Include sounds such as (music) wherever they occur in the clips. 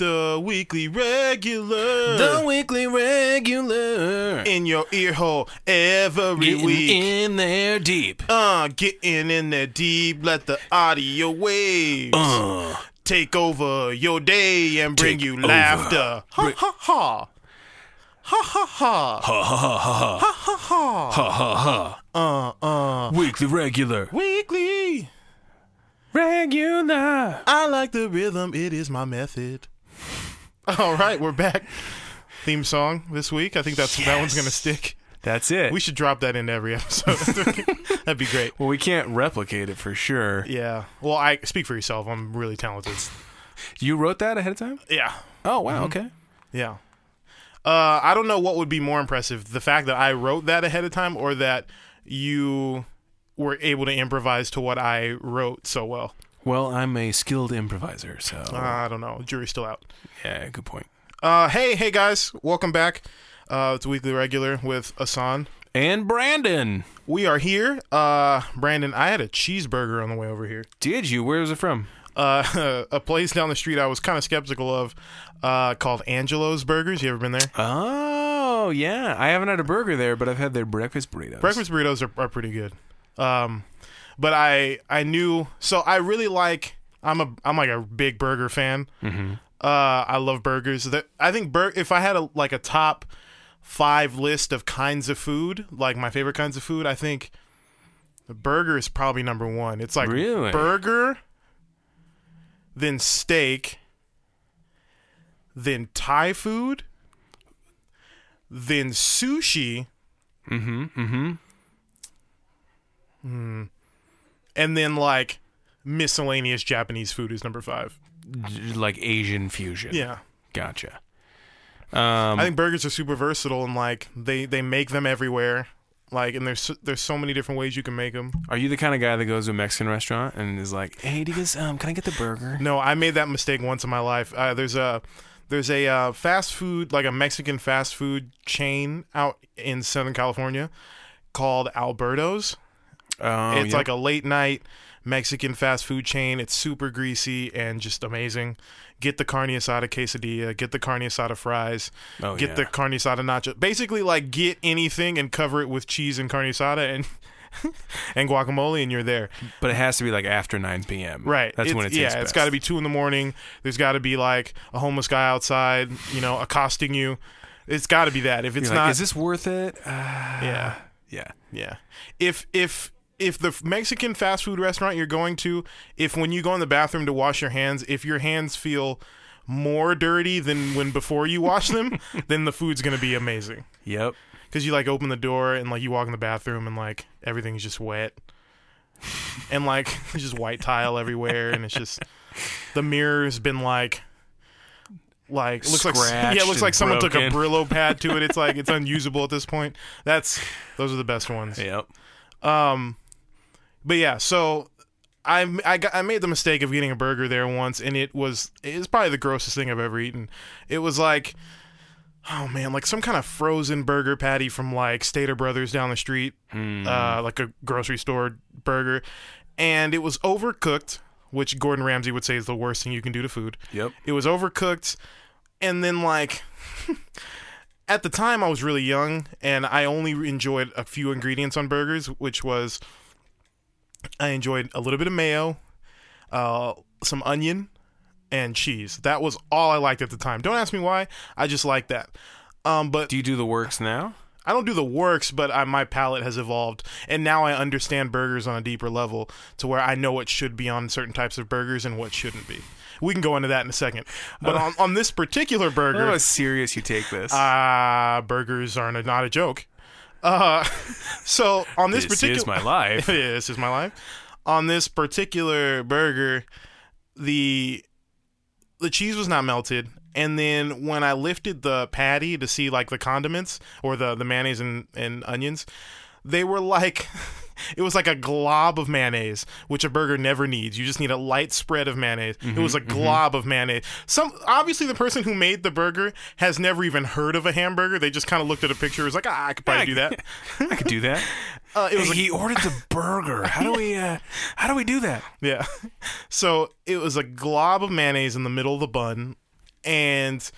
The weekly regular weekly regular. in your ear hole every Getting week. in there deep. Uh, getting in there deep. Let the audio waves Uh, take over your day and bring Take you over. laughter. Ha ha ha. Ha ha ha. ha ha ha ha. Ha ha ha. Ha ha Uh uh. ha. Weekly regular. Weekly. Regular. I like the rhythm. It is my method. (laughs) All right, we're back. Theme song this week. I think that's that one's gonna Yes. stick. That's it. We should drop that in every episode. (laughs) That'd be great. well, we can't replicate it for sure. Yeah. Well, I speak for yourself. I'm really talented. You wrote that ahead of time? Yeah. Oh, wow. Okay. Yeah. Uh, I don't know what would be more impressive: the fact that I wrote that ahead of time, or that you were able to improvise to what I wrote so well. Well, I'm a skilled improviser, so Uh, I don't know. Jury's still out. yeah, good point. Uh, hey, hey guys, welcome back. Uh, it's weekly regular with Asan. And Brandon, We are here. Uh, Brandon, I had a cheeseburger on the way over here. did you? Where was it from? Uh, (laughs) a place down the street I was kind of skeptical of, uh, called Angelo's Burgers. You ever been there? Oh, yeah. I haven't had a burger there, but I've had their breakfast burritos. Breakfast burritos are, are pretty good. Um, but I I knew so I really like I'm a I'm like a big burger fan. Mm-hmm. Uh, I love burgers. That I think bur- if I had a like a top five list of kinds of food, like my favorite kinds of food, I think the burger is probably number one. It's like Really? burger, then steak, then Thai food, then sushi. Mm-hmm, and then like miscellaneous Japanese food is number five. J- Like Asian fusion. Yeah, Gotcha. Um, I think burgers are super versatile and like they they make them everywhere. Like and there's so- there's so many different ways you can make them. are you the kind of guy that goes to a Mexican restaurant and is like, "Hey, do you guys, um, can I get the burger?" No, I made that mistake once in my life. Uh, there's a there's a uh, fast food like a Mexican fast food chain out in Southern California called Alberto's. Oh, it's like a late night Mexican fast food chain. It's super greasy and just amazing. Get the carne asada quesadilla. Get the carne asada fries. Oh, get yeah. the carne asada nacho. Basically, like get anything and cover it with cheese and carne asada and (laughs) and guacamole, and you're there. but it has to be like after 9 p.m. Right. That's when it yeah. tastes It's got to be two in the morning. There's got to be like a homeless guy outside, you know, accosting you. It's got to be that. If it's It's not, not. Is this worth it? (sighs) (sighs) Uh, yeah. yeah. Yeah. If if if the Mexican fast food restaurant you're going to, if when you go in the bathroom to wash your hands, if your hands feel more dirty than when before you wash them, (laughs) then the food's gonna be amazing. Yep. Cause you like open the door and like you walk in the bathroom and like everything's just wet, and like (laughs) there's just white tile everywhere, and it's just the mirror's been like. Like looks like Scratched yeah, it looks and like someone took a broken. Brillo pad to it. It's like (laughs) it's unusable at this point. That's those are the best ones. Yep. But yeah, so I I, got, I made the mistake of getting a burger there once, and it was it's probably the grossest thing I've ever eaten. It was like, oh man, like some kind of frozen burger patty from like Stater Brothers down the street, uh, like a grocery store burger, and it was overcooked, which Gordon Ramsay would say is the worst thing you can do to food. Yep. It was overcooked, and then like (laughs) at the time I was really young, and I only enjoyed a few ingredients on burgers, which was I enjoyed a little bit of mayo, uh, some onion, and cheese. That was all I liked at the time. Don't ask me why. I just liked that. Um, but Do you do the works now? I don't do the works, but I, my palate has evolved, and now I understand burgers on a deeper level to where I know what should be on certain types of burgers and what shouldn't be. We can go into that in a second, but on, on this particular I don't know burger, how serious you take this. uh, burgers are not a joke. Uh, (laughs) so on this, this particular, is my (laughs) life. yeah, this is my life. On this particular burger, the the cheese was not melted, and then when I lifted the patty to see like the condiments or the the mayonnaise and, and onions, they were like (laughs) it was like a glob of mayonnaise, which a burger never needs. You just need a light spread of mayonnaise. it was a glob of mayonnaise. Some obviously the person who made the burger has never even heard of a hamburger. They just kind of looked at a picture. and was like, ah, I could probably do that. I could do that. Uh, (laughs) it was like, he ordered the burger. How do we? Uh, (laughs) how do we do that? Yeah. So it was a glob of mayonnaise in the middle of the bun, and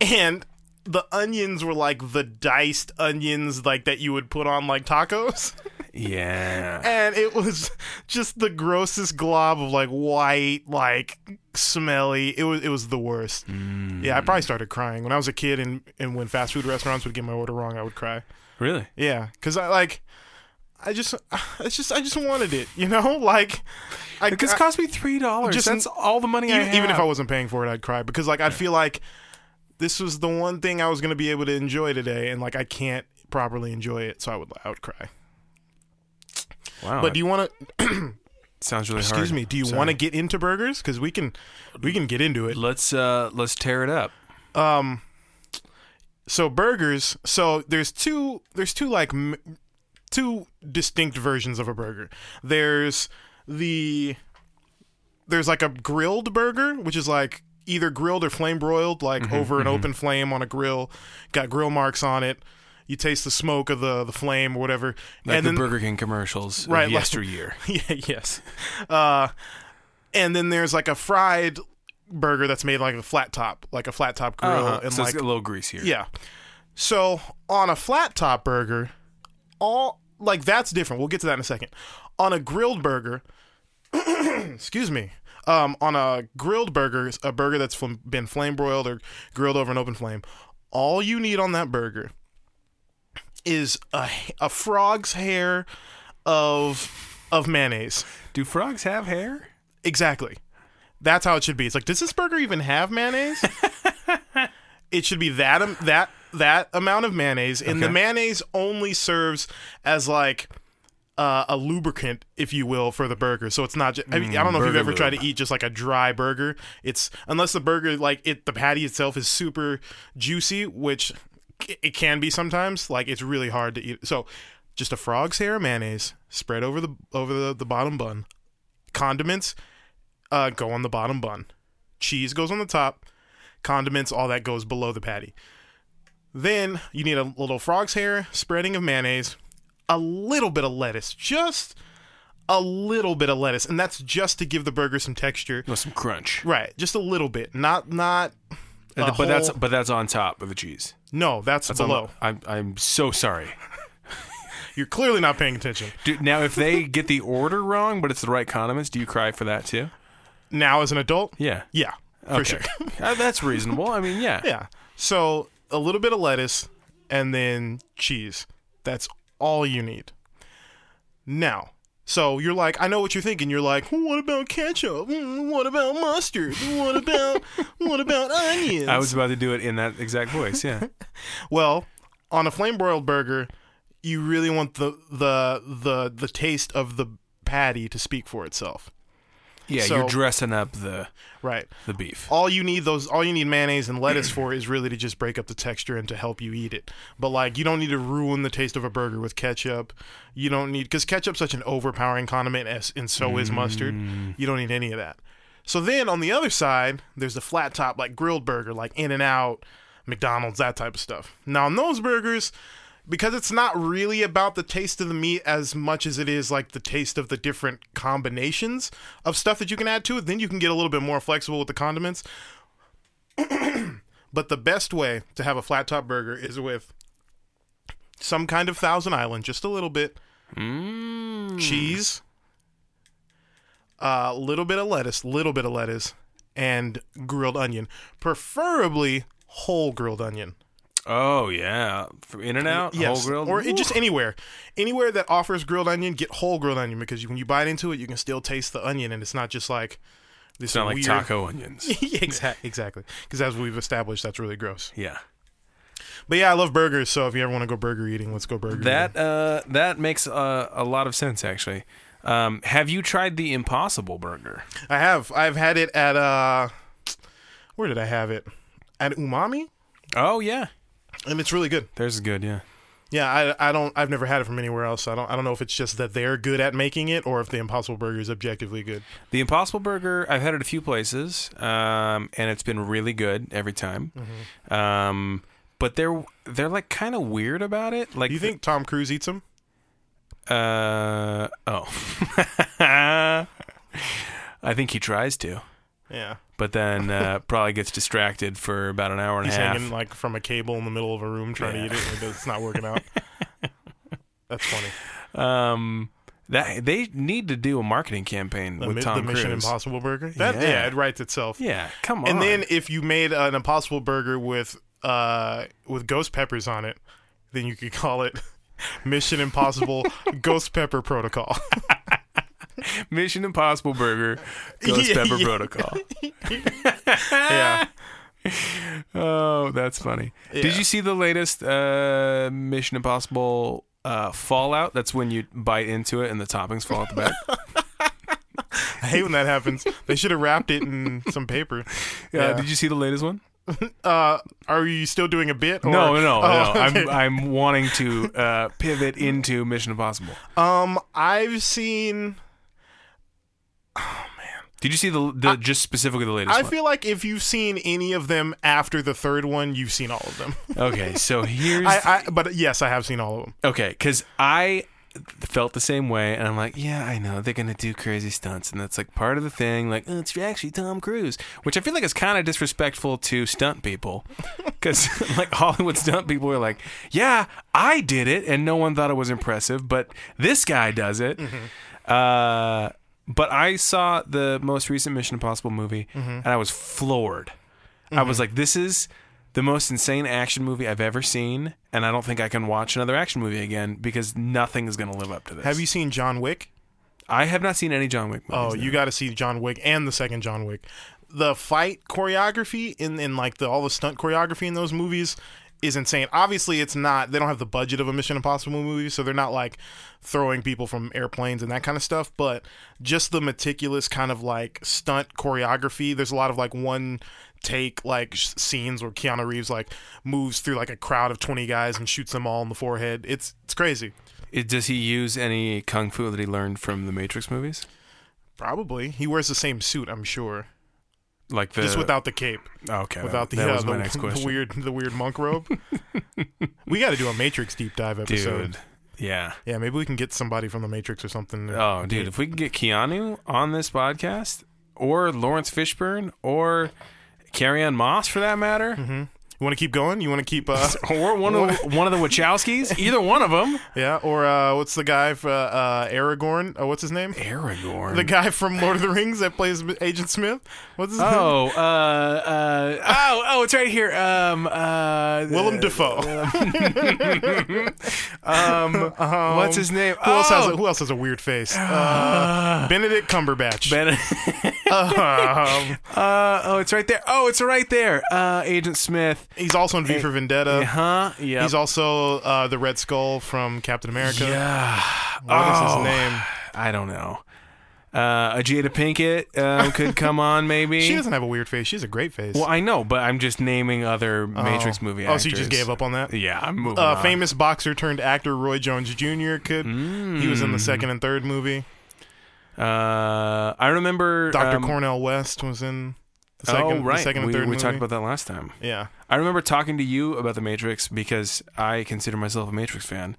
and the onions were like the diced onions like that you would put on like tacos (laughs) Yeah. and it was just the grossest glob of like white like smelly it was it was the worst yeah i probably started crying when i was a kid and and when fast food restaurants would get my order wrong i would cry Really? yeah, because I like, I just, (sighs) it's just, I just wanted it, you know, (laughs) like, I, Because I- it cost me three dollars. Just- That's all the money I even, have. even if I wasn't paying for it, I'd cry because like I'd feel like this was the one thing I was gonna be able to enjoy today, and like I can't properly enjoy it, so I would, I would cry. wow, But do you want to? sounds really hard. Excuse me. Do you Sorry. want to get into burgers? Because we can, we can get into it. Let's uh let's tear it up. Um, so burgers. So there's two. There's two like m- two distinct versions of a burger. There's the there's like a grilled burger, which is like either grilled or flame broiled, like Mm-hmm, over an open flame on a grill, got grill marks on it. You taste the smoke of the the flame or whatever, Like and the then Burger King commercials Right, right, like- yesteryear. (laughs) yeah, yes. Uh, and then there's like a fried burger that's made like a flat top, like a flat top grill, Uh-huh. and So like it's a little greasier. yeah. So on a flat top burger, all like that's different. We'll get to that in a second. On a grilled burger, (clears throat) excuse me. Um, on a grilled burger, a burger that's fl- been flame broiled or grilled over an open flame, all you need on that burger is a a frog's hair of of mayonnaise. Do frogs have hair? Exactly. That's how it should be. It's like, does this burger even have (laughs) mayonnaise? it should be that am- that that amount of mayonnaise, and the Okay. mayonnaise only serves as like uh, a lubricant, if you will, for the burger. So it's not. Just, I, mean, I don't know if you've Mm, burger ever lube. tried to eat just like a dry burger. It's unless the burger like it, the patty itself is super juicy, which c- it can be sometimes. Like it's really hard to eat. So just a frog's hair of mayonnaise spread over the over the, the bottom bun. Condiments uh, go on the bottom bun. Cheese goes on the top. Condiments, all that goes below the patty. Then you need a little frog's hair, spreading of mayonnaise, a little bit of lettuce, just a little bit of lettuce, and that's just to give the burger some texture. With some crunch. Right, just a little bit. Not not a but that's whole- but that's on top of the cheese. no, that's, It's on the- below. I'm I'm so sorry. You're clearly not paying attention. Dude, now if they get the order wrong, but it's the right condiments, do you cry for that too? Now as an adult, Yeah. yeah, for Okay. sure. Uh, that's reasonable. I mean, yeah. Yeah. So a little bit of lettuce and then cheese. That's all you need. Now, so you're like, I know what you're thinking. You're like, what about ketchup? Mm, What about mustard? What about what about onions? I was about to do it in that exact (laughs) voice. Yeah. Well, on a flame broiled burger, you really want the the the the taste of the patty to speak for itself. Yeah, So- you're dressing up the Right. the beef. all you need those all you need mayonnaise and lettuce for is really to just break up the texture and to help you eat it but like you don't need to ruin the taste of a burger with ketchup you don't need because ketchup's such an overpowering condiment as and so is mustard you don't need any of that so then on the other side there's the flat top like grilled burger like in and out mcdonald's that type of stuff now on those burgers because it's not really about the taste of the meat as much as it is like the taste of the different combinations of stuff that you can add to it, then you can get a little bit more flexible with the condiments. (clears throat) but the best way to have a flat top burger is with some kind of Thousand Island, just a little bit, Mm. cheese, a little bit of lettuce, little bit of lettuce, and grilled onion, preferably whole grilled onion. Oh yeah, from In and Out, yes. whole grilled, or it Woo. just anywhere, anywhere that offers grilled onion, get whole grilled onion because you, when you bite into it, you can still taste the onion, and it's not just like this it's not like weird. (laughs) taco onions. exactly, exactly. Because as we've established, that's really gross. yeah, But yeah, I love burgers. So if you ever want to go burger eating, let's go burger. that uh, that makes uh, a lot of sense actually. Um, have you tried the Impossible Burger? eating. I have. I've had it at uh, where did I have it? At Umami, Oh yeah, and it's really good. theirs is good. Yeah, Yeah, I, I don't. I've never had it from anywhere else. So I don't. I don't know if it's just that they're good at making it, or if the Impossible Burger is objectively good. the Impossible Burger. I've had it a few places, um, and it's been really good every time. Um, but they're they're like kind of weird about it. Like Do you think Tom Cruise eats them? (laughs) Uh oh. I think he tries to. Yeah. but then uh, probably gets distracted for about an hour and He's a half. hanging like from a cable in the middle of a room trying Yeah. to eat it. and It's not working (laughs) out. That's funny. um, that they need to do a marketing campaign The, with mi- Tom the Mission Cruise. Impossible burger. That Yeah. yeah. it writes itself. Yeah, come on. And then if you made an Impossible burger with uh with ghost peppers on it, then you could call it (laughs) Mission (laughs) Impossible Ghost Pepper Protocol. Mission Impossible Burger, (laughs) Ghost Yeah, Pepper yeah. Protocol. yeah. Oh, that's funny. Did Yeah. you see the latest uh, Mission Impossible uh, Fallout? That's when you bite into it and the toppings fall out (laughs) the back. Uh, I hate when that happens. They should have wrapped it in some (laughs) paper. Uh, did you see the latest one? Uh, are you still doing a bit? Or, No, no, no. Oh, no. okay. (laughs) I'm I'm wanting to uh, pivot into Mission Impossible. um, I've seen. Did you see the, the just specifically the latest I one? feel like if you've seen any of them after the third one, you've seen all of them. okay, so (laughs) here's I, I, but yes, I have seen all of them. okay, because I felt the same way, and I'm like, yeah, I know they're gonna do crazy stunts, and that's like part of the thing. Like, oh, it's actually Tom Cruise, which I feel like is kind of disrespectful to stunt people, because (laughs) like Hollywood stunt people are like, yeah, I did it, and no one thought it was impressive, but this guy does it. Uh, but I saw the most recent Mission Impossible movie, and I was floored. I Mm-hmm. was like, this is the most insane action movie I've ever seen, and I don't think I can watch another action movie again because nothing is going to live up to this. Have you seen John Wick? I have not seen any John Wick movies. Oh, you got to see John Wick and the second John Wick. The fight choreography in in like the all the stunt choreography in those movies is insane. Obviously, it's not they don't have the budget of a Mission Impossible movie, so they're not like throwing people from airplanes and that kind of stuff, but just the meticulous kind of like stunt choreography. There's a lot of like one take like sh- scenes where Keanu Reeves like moves through like a crowd of 20 guys and shoots them all in the forehead. It's it's crazy. It- does he use any kung fu that he learned from the Matrix movies? Probably. He wears the same suit, I'm sure. Like the Just without the cape. oh, okay that- without the, that uh, was the, my (laughs) next the question, weird the weird monk robe. (laughs) we got to do a Matrix deep dive episode. dude. Yeah. Yeah, maybe we can get somebody from the Matrix or something. Oh, dude, if we can get Keanu on this podcast, or Lawrence Fishburne, or Carrie Ann Moss for that matter, You want to keep going? You want to keep? (laughs) Uh, (laughs) or one of the, one of the Wachowskis, either one of them. yeah, or uh, what's the guy for uh, uh, Aragorn? Uh, what's his name? Aragorn. The guy from Lord of the Rings that plays Agent Smith. What's his name? Oh, uh, uh, (laughs) oh, oh, it's right here. Um, uh, Willem Dafoe. (laughs) Um, what's his name? Who else has a, Oh! Ah. Who else has a weird face? Uh, Benedict Cumberbatch. (laughs) Ben- (laughs) Um, uh, oh, it's right there. Oh, it's right there. Uh, Agent Smith. Uh-huh. he's also in V for Vendetta. Huh? Yeah. Uh, He's also uh, the Red Skull from Captain America. yeah. What is Oh. his name? I don't know. Uh, Jada Pinkett (laughs) um, could come on, maybe. She doesn't have a weird face. She has a great face. well, I know, but I'm just naming other Matrix movie Oh, actors. so you just gave up on that? Yeah, I'm moving Uh, on. famous boxer turned actor Roy Jones Jr. could. Hmm. He was Mm. in the second and third movie. Uh, I remember Dr. um, Cornell West was in the second, Oh, right. the second and we third we movie. talked about that last time. yeah. I remember talking to you about the Matrix because I consider myself a Matrix fan,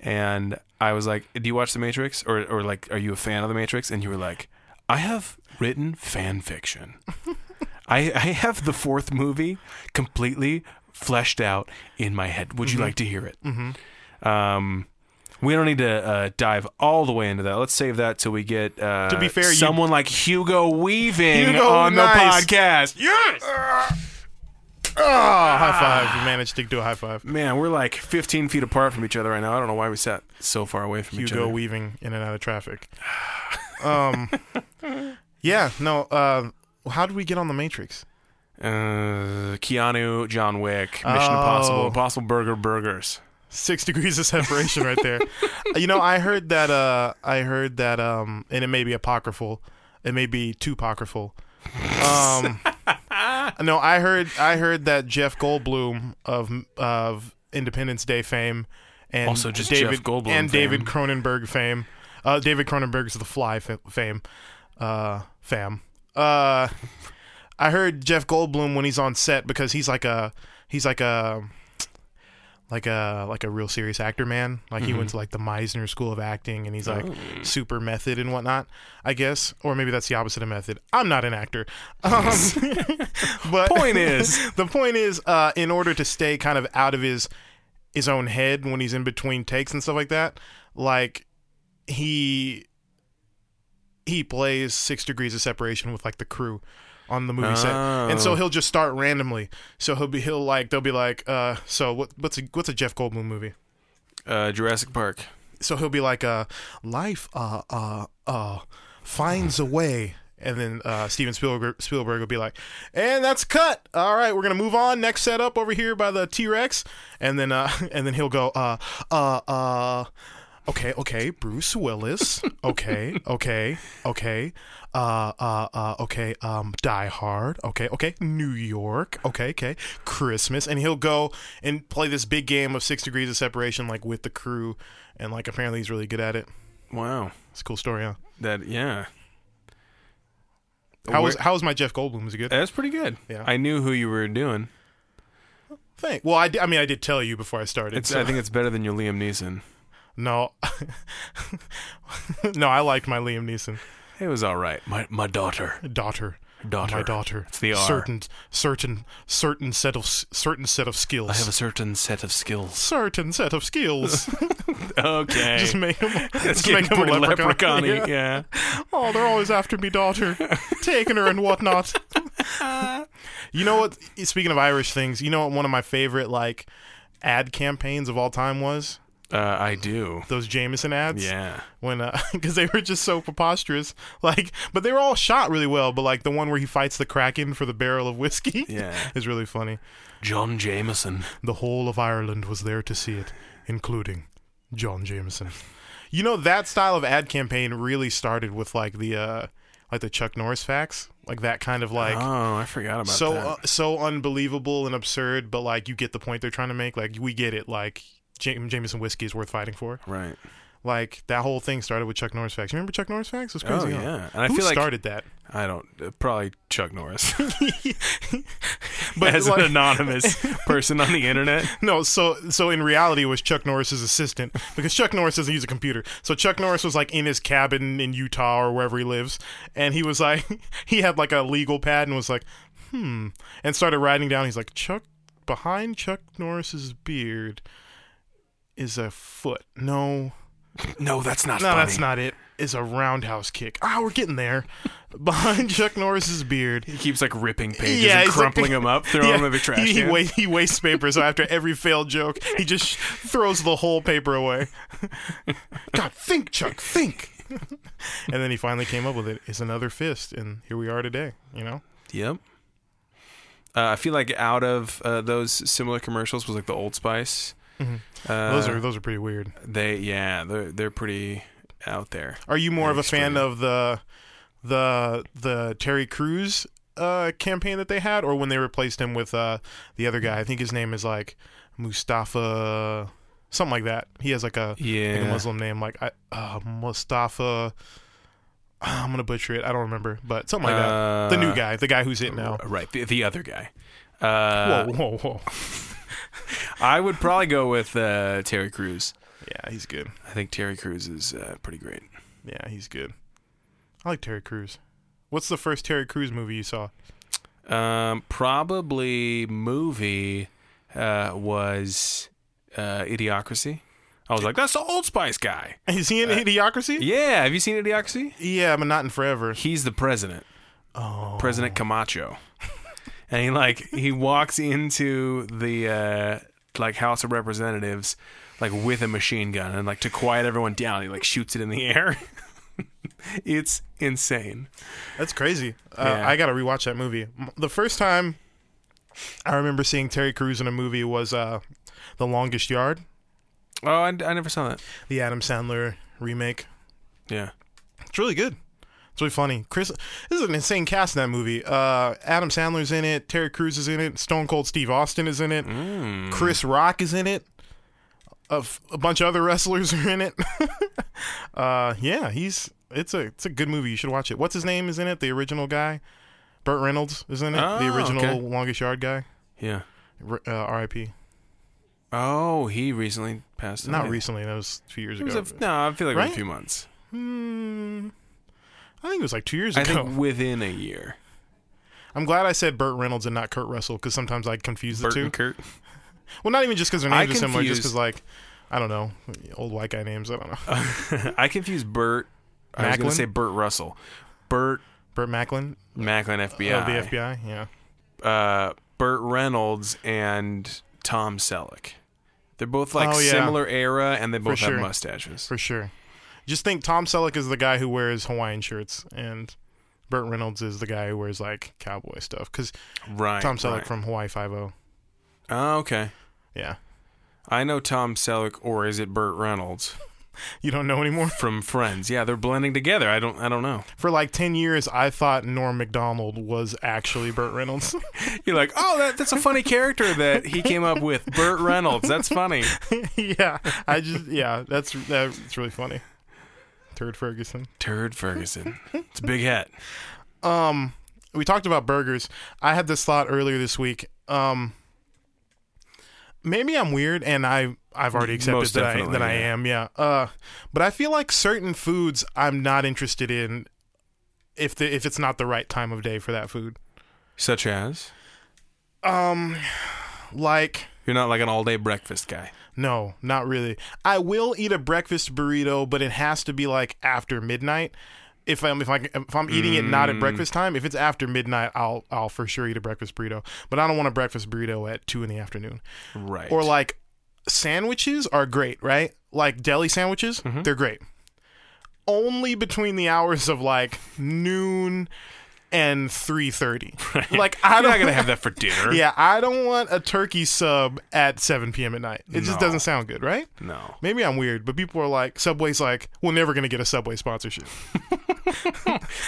and I was like, "Do you watch the Matrix, or or like, are you a fan of the Matrix?" And you were like, "I have written (laughs) fan fiction. I I have the fourth movie completely fleshed out in my head. Would you like to hear it?" Mm-hmm. Um. We don't need to uh, dive all the way into that. Let's save that till we get uh, To be fair, you- someone like Hugo Weaving Hugo, on nice. the podcast. Yes, Oh, Ah! high five. You managed to do a high five. Man, we're like 15 feet apart from each other right now. I don't know why we sat so far away from each Hugo other. weaving in and out of traffic. Um, (laughs) yeah, no. Uh, how did we get on The Matrix? uh, Keanu, John Wick, Mission Oh. Impossible, Impossible Burger, Burgers. six degrees of separation right there. you know, I heard that. Uh, I heard that. Um, and it may be apocryphal. It may be too apocryphal. Um, (laughs) no, I heard. I heard that Jeff Goldblum of of Independence Day fame, and Also just David Jeff Goldblum and David fame. Cronenberg fame. Uh, David Cronenberg's The Fly fa- fame. Uh, fam. Uh, I heard Jeff Goldblum when he's on set because he's like a he's like a like a like a real serious actor man. Like he Mm-hmm. went to like the Meisner School of Acting, and he's like Oh. super method and whatnot. I guess, or maybe that's the opposite of method. I'm not an (laughs) actor, um, (laughs) but Point is- (laughs) the point is, uh, in order to stay kind of out of his his own head when he's in between takes and stuff like that, like he he plays Six Degrees of Separation with like the crew on the movie set, and so Oh. he'll just start randomly. So he'll be he'll like they'll be like, uh, so what what's a, what's a Jeff Goldblum movie? Uh, Jurassic Park. So he'll be like, uh, life uh uh uh finds a way. And then uh, Steven Spielberg, Spielberg will be like, "And that's cut. All right, we're gonna move on. Next setup over here by the T Rex." And then, uh, (laughs) and then he'll go, "Uh, uh, uh, okay, okay, Bruce Willis. Okay, okay, okay. Uh, uh, uh, okay. Um, Die Hard. Okay, okay. New York. Okay, okay. Christmas." And he'll go and play this big game of Six Degrees of Separation, like with the crew, and like apparently he's really good at it. Wow. It's a cool story, huh? That yeah. How was Where- Uh, how was my Jeff Goldblum? Was he good? That's pretty good. Yeah. I knew who you were doing. Thank. Well, I, di- I mean, I did tell you before I started. (laughs) It's, uh, so- I think it's better than your Liam Neeson. no, (laughs) no, I liked my Liam Neeson It was all right. My my daughter, daughter. daughter, My daughter. It's the R. certain, certain, certain set of s- certain set of skills. I have a certain set of (laughs) skills. certain set of skills. (laughs) (laughs) Okay, just make (laughs) them. It's just getting make them a pretty leprechaun. leprechaun-y, (laughs) Yeah. Yeah. Oh, they're always after me, (laughs) daughter, taking her and whatnot. you know what? Speaking of Irish things, you know what? One of my favorite like ad campaigns of all time was Uh, I do. those Jameson ads. Yeah. when (laughs) because they were just so preposterous. Like, but they were all shot really well. But like the one where he fights the kraken for the barrel of whiskey, Yeah. (laughs) is really funny. John Jameson. The whole of Ireland was there to see it, including John Jameson. You know that style of ad campaign really started with like the uh like the Chuck Norris facts, like that kind of like. oh, I forgot about so that. uh, so unbelievable and absurd, but like you get the point they're trying to make. Like we get it. Like Jam- Jameson whiskey is worth fighting for. right. Like that whole thing started with Chuck Norris facts. You remember Chuck Norris facts? It's Oh crazy. huh? yeah. And I Who feel like started (laughs) that? (laughs) I don't uh, probably Chuck Norris, (laughs) But as like- an (laughs) anonymous person on the internet. no, so so in reality, it was Chuck Norris's assistant because Chuck Norris doesn't use a computer. So Chuck Norris was like in his cabin in Utah or wherever he lives, and he was like (laughs) he had like a legal pad and was like, hmm, and started writing down. He's like Chuck behind Chuck Norris's beard is a foot. No, No, that's not. no, that's not it. Is a roundhouse kick. Ah, we're getting there. (laughs) Behind Chuck Norris's beard He keeps like ripping pages Yeah, and he's like- crumpling them up, throwing (laughs) Yeah, them in the trash he, he, can. wa- he wastes paper, so after every failed joke, he just throws the whole paper away. (laughs) God, think, Chuck, think. (laughs) and then he finally came up with it. It's another fist, and here we are today. You know, Yep. Uh, I feel like out of uh, those similar commercials was like the Old Spice. Uh, Mm-hmm. those are those are pretty weird. they yeah they're they're pretty out there. Are you more of a extreme. fan of the the the Terry Crews uh, campaign that they had, or when they replaced him with uh, the other guy? I think his name is like Mustafa, something like that. He has like a like a Yeah, Muslim name, like I, uh, Mustafa. (sighs) I'm gonna butcher it. I don't remember, but something like that. Uh, The Uh, new guy, the guy who's it now. oh right? The, the other guy. Uh, whoa, whoa, whoa! I would probably go with uh, Terry Crews. Yeah, he's good. I think Terry Crews is uh, pretty great. Yeah, he's good. I like Terry Crews. What's the first Terry Crews movie you saw? Um, probably movie uh, was uh, Idiocracy. I was like, that's the Old Spice guy. Is he in Idiocracy? Uh, Yeah, have you seen Idiocracy? Yeah, but not in forever. He's the president. Oh, President Camacho. (laughs) and he like he walks into the uh like House of Representatives like with a machine gun and like to quiet everyone down he like shoots it in the air. (laughs) it's insane. that's crazy. Uh, Yeah. I gotta rewatch that movie. M- The first time I remember seeing Terry Crews in a movie was uh, The Longest Yard, Oh, I, I never saw that. the Adam Sandler remake. Yeah. It's really good. It's really funny. Chris, this is an insane cast in that movie. Uh, Adam Sandler's in it. Terry Crews is in it. Stone Cold Steve Austin is in it. Mm. Chris Rock is in it. A, f- a bunch of other wrestlers are in it. (laughs) uh, yeah, he's it's a it's a good movie. You should watch it. What's his name is in it? The original guy, Burt Reynolds is in it. Oh, the original okay. Longest Yard guy. Yeah. R- uh, R.I.P. Oh, he recently passed. Not away. recently. That was two years It was ago. a- no, I feel like it was Right? a few months. Hmm. I think it was like two years I ago. think within a year. I'm glad I said Burt Reynolds and not Kurt Russell because sometimes I confuse the Bert two. and Kurt. Well, not even just because their I names are similar, just confused- because like I don't know, old white guy names. I don't know. (laughs) Uh, I confuse Bert. I was going Macklin? to say Burt Russell. Burt Burt Macklin Macklin, FBI. of Oh, the FBI. Yeah. Uh, Burt Reynolds and Tom Selleck. They're both like Oh, yeah. similar era, and they both sure. have mustaches. For sure. Just think Tom Selleck is the guy who wears Hawaiian shirts and Burt Reynolds is the guy who wears like cowboy stuff cuz Right. Tom Selleck right. from Hawaii 50. Oh, okay. Yeah. I know Tom Selleck, or is it Burt Reynolds You don't know anymore. (laughs) from Friends? Yeah, they're blending together. I don't. I don't know. For like 10 years I thought Norm Macdonald was actually Burt Reynolds. You're like, oh, that, that's a funny character that (laughs) he came up with, Burt Reynolds. That's funny. (laughs) yeah. I just yeah, that's that's really funny. Turd Ferguson. Turd Ferguson. It's a big hat. Um we talked about burgers. I had this thought earlier this week. Um maybe I'm weird and I I've already accepted Most that I definitely, that I yeah. am, yeah. Uh but I feel like certain foods I'm not interested in if the if it's not the right time of day for that food. Such as Um like you're not like an all day breakfast guy. no, not really. I will eat a breakfast burrito, but it has to be like after midnight. If I'm if I if I'm eating it not at Mm. breakfast time, if it's after midnight, I'll I'll for sure eat a breakfast burrito. But I don't want a breakfast burrito at two in the afternoon. Right. Or like sandwiches are great, right? Like deli sandwiches, Mm-hmm. they're great. Only between the hours of like noon and three (laughs) thirty. Like I I'm don't not gonna have that for (laughs) dinner. yeah, I don't want a turkey sub at 7 p.m. at night. It just No. doesn't sound good, right? No. Maybe I'm weird, but people are like, Subway's like, we're never going to get a Subway sponsorship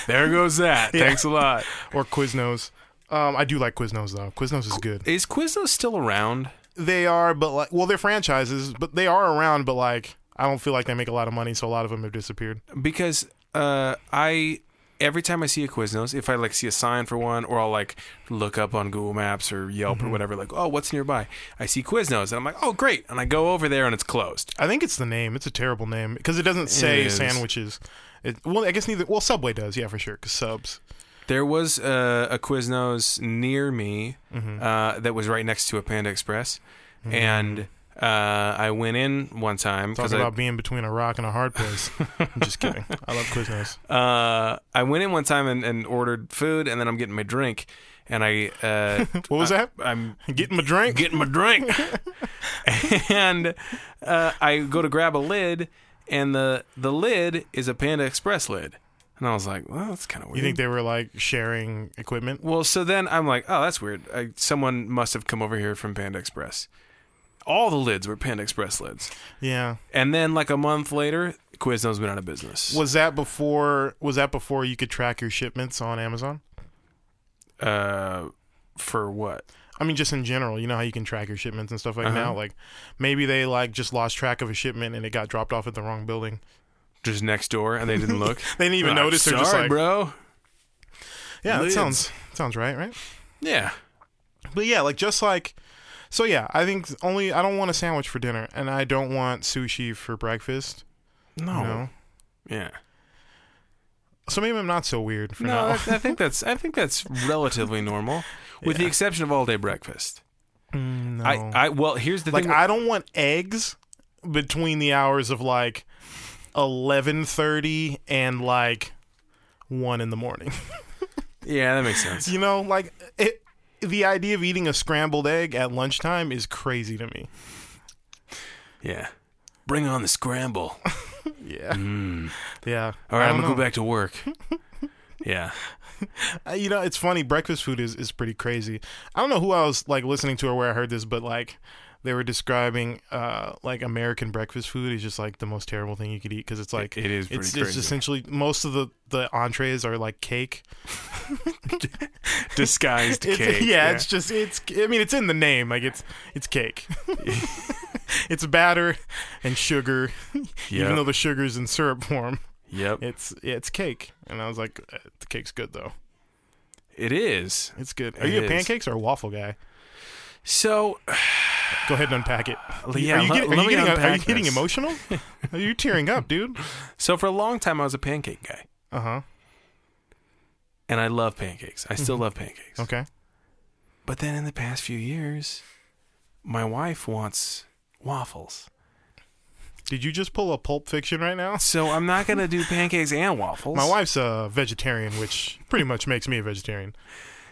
There goes that. Thanks a lot. or Quiznos. Um, I do like Quiznos though. Quiznos is good. Is Quiznos still around? They are, but like, well, they're franchises, but they are around. But like, I don't feel like they make a lot of money, so a lot of them have disappeared. Because uh, I every time I see a Quiznos, if I like see a sign for one, or I'll like look up on Google Maps or Yelp Mm-hmm. or whatever, like oh what's nearby, I see Quiznos and I'm like oh great, and I go over there and it's closed. I think it's the name. It's a terrible name because it doesn't say is. sandwiches. It, well, I guess neither. Well, Subway does, yeah, for sure, because subs. There was uh, a Quiznos near me Mm-hmm. uh, that was right next to a Panda Express, and uh, I went in one time Talk I about being between a rock and a hard place. I'm just (laughs) kidding. I love Quiznos. uh, I went in one time and, and ordered food, and then I'm getting my drink, and I uh, (laughs) What was that? I'm Getting my drink. getting (laughs) my drink, and uh, I go to grab a lid, and the the lid is a Panda Express lid, and I was like, well, that's kind of weird. You think they were like sharing equipment? well, so then I'm like, oh, that's weird. I, someone must have come over here from Panda Express. All the lids were Panda Express lids, Yeah. and then like a month later, Quiznos went out of business. Was that before? Was that before you could track your shipments on Amazon? Uh, for what? I mean, just in general, you know how you can track your shipments and stuff like Uh-huh. now. Like maybe they like just lost track of a shipment and it got dropped off at the wrong building. just next door and they (laughs) didn't look. They didn't even Like, notice. They're just Ah, "Sorry, like, bro. yeah, that lids." sounds sounds right, right? Yeah. But yeah, like just like. So yeah, I think only I don't want a sandwich for dinner, and I don't want sushi for breakfast. No. You know? Yeah. So maybe I'm not so weird for No, now. I, I think that's I think that's (laughs) relatively normal, with the exception of all day breakfast. Mm, (laughs) no. I, I well here's the like thing. I don't want eggs between the hours of like eleven thirty and like one in the morning. (laughs) yeah, that makes sense. you know, like it, the idea of eating a scrambled egg at lunchtime is crazy to me. Yeah. Bring on the scramble. Yeah, yeah. All right, I don't I'm gonna go know. back (laughs) to work. yeah. Uh, You know, it's funny. Breakfast food is is pretty crazy. I don't know who I was like listening to or where I heard this, but like. They were describing uh, like American breakfast food is just like the most terrible thing you could eat because it's like It is pretty it's, it's crazy. essentially most of the, the entrees are like cake (laughs) Disguised It's- (laughs) cake. Yeah, it's just it's. I mean, it's in the name. Like it's it's (laughs) cake. (laughs) it's batter and sugar. Even Yep. though the sugar's in syrup form, Yep. it's yeah, it's cake. And I was like, uh, the cake's good though. it is. It's good. Are It you a is. pancakes or a waffle guy? So Go ahead and unpack it. Yeah, are you, let- getting, are you let me getting- are unpack you getting this. (laughs) emotional? Are you tearing up, dude? So for a long time, I was a pancake guy, Uh huh. and I love pancakes. I still love pancakes. Okay. But then in the past few years, my wife wants waffles. Did you just pull a Pulp Fiction right now? So I'm not gonna (laughs) do pancakes and waffles. My wife's a vegetarian, which pretty much makes me a vegetarian.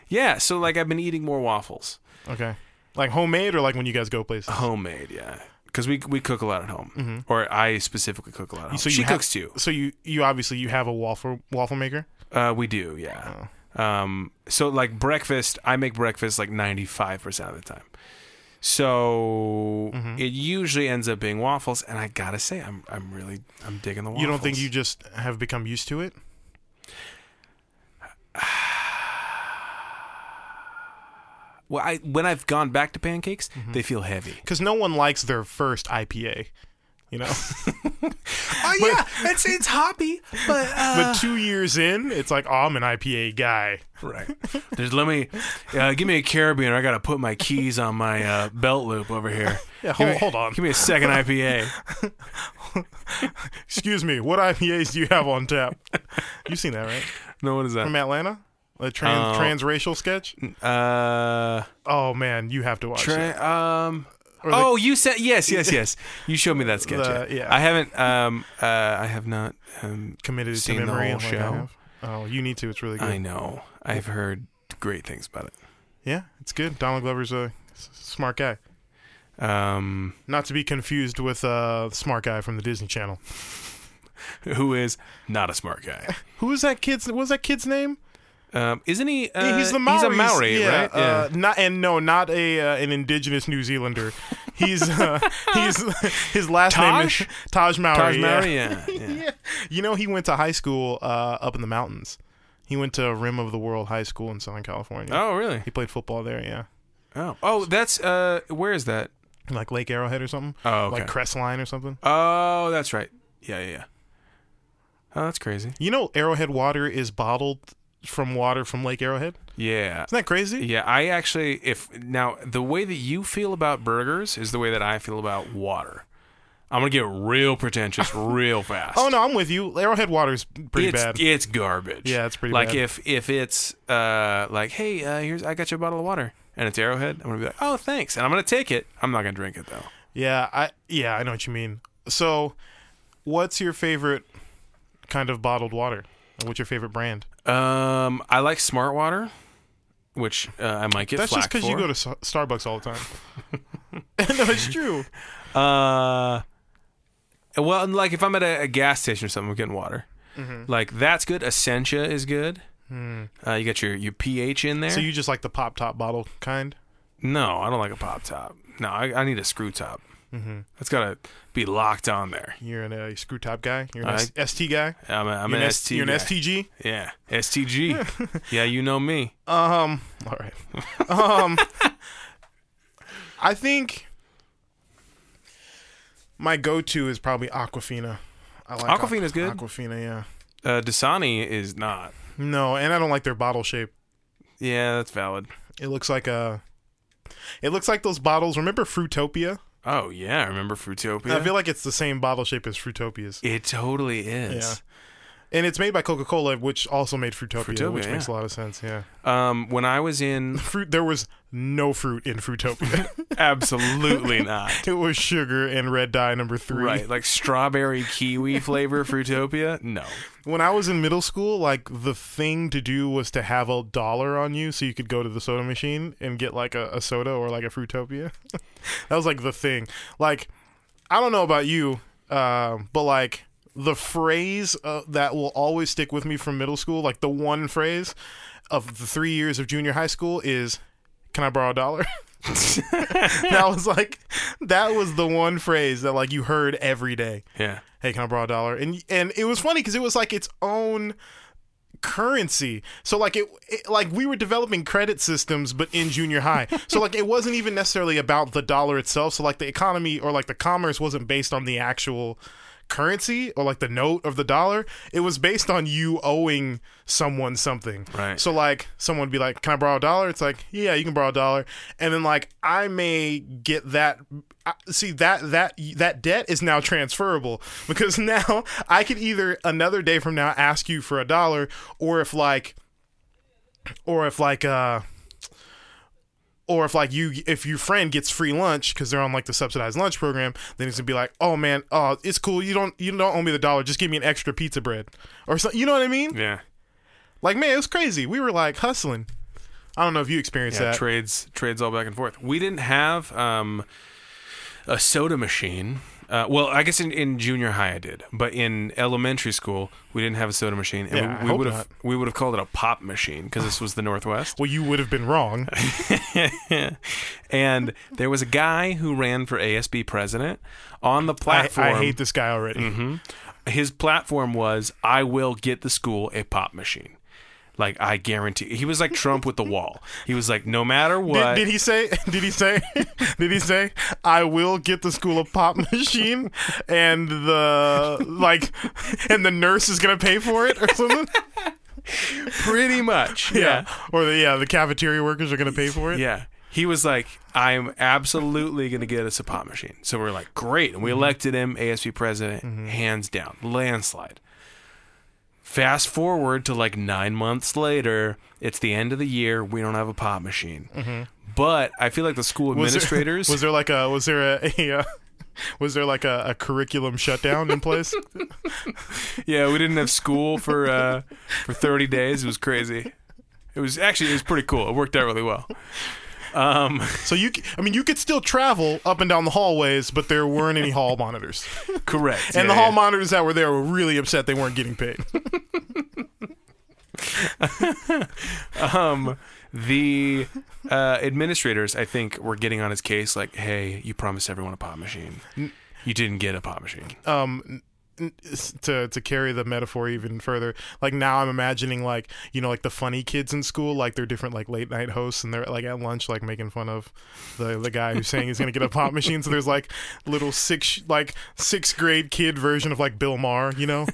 Yeah. So like I've been eating more waffles, Okay. Like homemade or like when you guys go places? homemade. Yeah. Because we we cook a lot at home, or I specifically cook a lot at home. So you Oh, she have- cooks too. So you you obviously you have a waffle waffle maker. Uh, we do. Yeah. Um. So like breakfast, I make breakfast like 95 percent of the time. So it usually ends up being waffles, and I gotta say, I'm I'm really I'm digging the waffles. You don't think you just have become used to it? Well, I when I've gone back to pancakes, they feel heavy. Because no one likes their first IPA, you know. (laughs) Oh yeah, it's it's hobby, (laughs) but but uh, two years in, it's like oh, I'm an IPA guy. right. There's, let me uh, give me a carabiner. I gotta put my keys on my uh, belt loop over here. Yeah, Give hold, me- hold on. Give me a second IPA. Excuse me. What IPAs do you have on tap? (laughs) You've seen that, right? No, what is From (laughs) that? Atlanta, a trans Oh. transracial sketch. Uh, Oh man, you have to watch it. tra- um. the- Oh, you said yes, yes, yes. You showed me that sketch. The- yeah. I haven't. Um. Uh. I have not. Um. Committed to Seen the memory whole like I show? have. Oh, you need to. It's really good. I know. I've heard great things about it. Yeah, it's good. Donald Glover's a s- smart guy. Um. Not to be confused with uh, the smart guy from the Disney Channel. Who is not a (laughs) smart guy? Who is that kid's? What was that kid's name? Um. Isn't he? Uh, he's the Maori. He's a Maori, yeah, right? Uh, Not and no, not a uh, an indigenous New Zeelander. He's uh, (laughs) he's his last Taj? name is Taj Maori. Taj yeah. Maori, (laughs) yeah. yeah. Yeah. You know, he went to high school uh, up in the mountains. He went to Rim of the World High School in Southern California. Oh, really? He played football there, yeah, Oh, oh, that's uh, where is that? like Lake Arrowhead or something, Oh, okay. like Crestline or something. oh, that's right. Yeah, yeah. yeah. Oh, that's crazy. You know, Arrowhead water is bottled from water from Lake Arrowhead. Yeah, Isn't that crazy? yeah. I actually, if now the way that you feel about burgers is the way that I feel about water. I'm gonna get (laughs) real pretentious real fast. Oh no, I'm with you. Arrowhead water's pretty it's, bad. It's garbage. Yeah, it's pretty like bad. if if it's uh like hey uh, here's I got you a bottle of water and it's Arrowhead I'm gonna be like oh thanks and I'm gonna take it I'm not gonna drink it though. Yeah, I yeah, I know what you mean. So, what's your favorite kind of bottled water? What's your favorite brand? Um, I like Smart Water, which uh, I might get. That's just flack because you for. go to Sa- Starbucks all (laughs) the time. (laughs) no, it's true. Uh, well, and, like if I'm at a, a gas station or something, I'm getting water. Mm-hmm. Like that's good. Essentia is good. Uh, you got your your pH in there. Hmm. So you just like the pop top bottle kind? no, I don't like a pop top. No, I, I need a screw top. Mm-hmm. That's gotta be locked on there. You're an a screw top guy. You're an I- S- ST guy. I'm, a, I'm You're an, an, S- ST. You're an guy. STG. Yeah, (laughs) STG. yeah, you know me. Um. All right. (laughs) Um. I think my go-to is probably Aquafina. I like Aqu- Aquafina's good. Aquafina, yeah. Uh, Dasani is not. No, and I don't like their bottle shape. Yeah, that's valid. It looks like a. It looks like those bottles. Remember Fruitopia? Oh yeah, I remember Fruitopia. I feel like it's the same bottle shape as Fruitopia's, It totally is. and it's made by Coca Cola, which also made Fruitopia, Fruitopia, which makes a yeah. lot of sense. Yeah, Um, when I (laughs) was in, fruit. There was no fruit in Fruitopia. (laughs) absolutely not. it was sugar and red dye number three. Right, like strawberry kiwi (laughs) flavor Fruitopia? No. When I was in middle school, like the thing to do was to have a dollar on you so you could go to the soda machine and get like a, a soda or like a Fruitopia. (laughs) that was like the thing. Like, I don't know about you, um, but like the phrase uh, that will always stick with me from middle school, like the one phrase of the three years of junior high school is, "Can I borrow a dollar?" (laughs) that was like, that was the one phrase that like you heard every day Yeah. hey can i borrow a dollar and and it was funny because it was like its own currency so like it, it like we were developing credit systems but in junior high so like it wasn't even necessarily about the dollar itself so like the economy or like the commerce wasn't based on the actual currency or like the note of the dollar. It was based on you owing someone something. Right. So like someone would be like, "Can I borrow a dollar?" It's like, "Yeah, you can borrow a dollar." And then like I may get that I- see that that that debt is now transferable (laughs) because now I could either another day from now ask you for a dollar or if like or if like uh or if like you if your friend gets free lunch because they're on like the subsidized lunch program then it's gonna be like oh man oh it's cool you don't you don't owe me the dollar just give me an extra pizza bread or so you know what i mean Yeah. like man it was crazy we were like hustling i don't know if you experienced Yeah, that trades trades all back and forth. We didn't have um, a soda machine. Uh, well, I guess in, in junior high I did, but in elementary school we didn't have a soda machine, and Yeah, I we, we hope would have not. we would have called it a pop machine because this was the Northwest. (laughs) well you would have been (laughs) wrong and there was a guy who ran for ASB president on the I, platform. I hate this guy already his platform was I will get the school a pop machine. Like I guarantee, he was like Trump with the wall. He was like, no matter what, Did, did he say? (laughs) Did he say? did he say? I will get the school a pop (laughs) machine, and the like, and the nurse is gonna pay for it or (laughs) something. pretty much, (laughs) yeah. Or the yeah, the cafeteria workers are gonna pay for it. Yeah. He was like, I'm absolutely going to get us a pop machine. So we're like, great. And we elected him ASP president, hands down, landslide. Fast forward to like nine months later, it's the end of the year. We don't have a pop machine. But I feel like the school Was there- (laughs) administrators. was there like a? Was there a? a (laughs) uh, was there like a, a curriculum shutdown in place? yeah, we didn't have school for uh, for 30 days. It was crazy. It was actually, it was pretty cool. It worked out really well. Um, (laughs) so you, c- I mean, you could still travel up and down the hallways, but there weren't any hall monitors, correct. and the Yeah, hall yeah. monitors that were there were really upset they weren't getting paid. um, the uh, administrators, I think, were getting on his case like, hey, you promised everyone a pop machine. You didn't get a pop machine. um n- n- s- to to carry the metaphor even further like now i'm imagining like you know like the funny kids in school like they're different like late night hosts and they're like at lunch like making fun of the the guy who's saying he's gonna get a pop machine so there's like little six like sixth grade kid version of like bill maher you know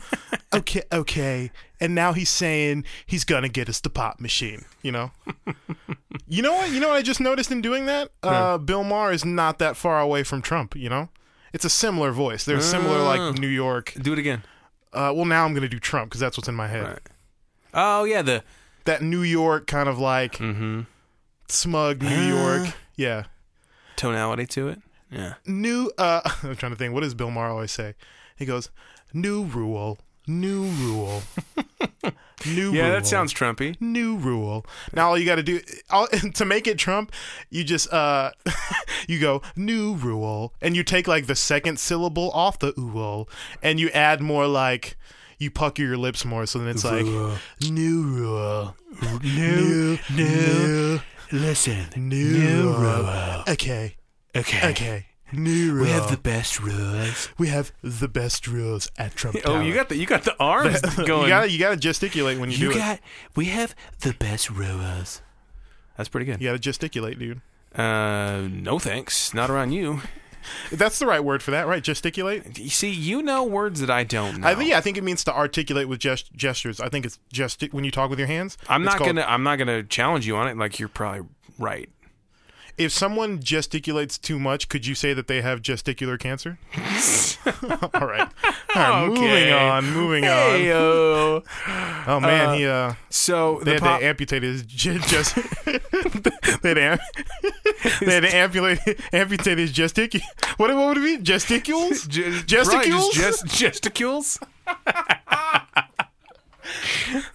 okay okay and now he's saying he's gonna get us the pop machine you know you know what you know what i just noticed in doing that uh bill maher is not that far away from trump you know it's a similar voice. They're similar, Oh. like New York. Do it again. Uh, well, now I'm gonna do Trump because that's what's in my head. Right. Oh, yeah, the. That New York kind of like hmm smug New York. (gasps) Ah. Yeah, Tonality to it. Yeah. new. Uh, (laughs) I'm trying to think. What does Bill Maher always say? He goes, "New rule, new (laughs) rule, new rule." Yeah, that sounds Trumpy. new rule. Now all you got to do all, (laughs) to make it Trump, you just uh (laughs) you go new rule and you take like the second syllable off the ool and you add more like you pucker your lips more so then it's like Rule. new rule. New new Listen. new, rule. Okay. Okay. Okay. New rule. We have the, best rules. best rules at (laughs) Trump. Oh, Tower. you got the (laughs) you got the arms going. You gotta you gotta gesticulate when you, do it. We have the best rules. That's pretty good. You gotta gesticulate, dude. Uh, no thanks. Not around you. That's the right word for that, right? Gesticulate. You see, you know words that I don't know. I think yeah, I think it means to articulate with gest- gestures. I think it's just when you talk with your hands. I'm it's not called- gonna. I'm not gonna challenge you on it. Like you're probably right. If someone gesticulates too much, could you say that they have gesticular (laughs) cancer? (laughs) All right. All right, Okay. Moving on. Moving on. Heyo. Oh man, Uh, he uh, Um, so they the had pop, to amputate his ge- (laughs) gest. they had to, am- they had to amputate amputate his gestic. What what would it be? Gesticules. Ju- probably gesticules? just gest- gesticules.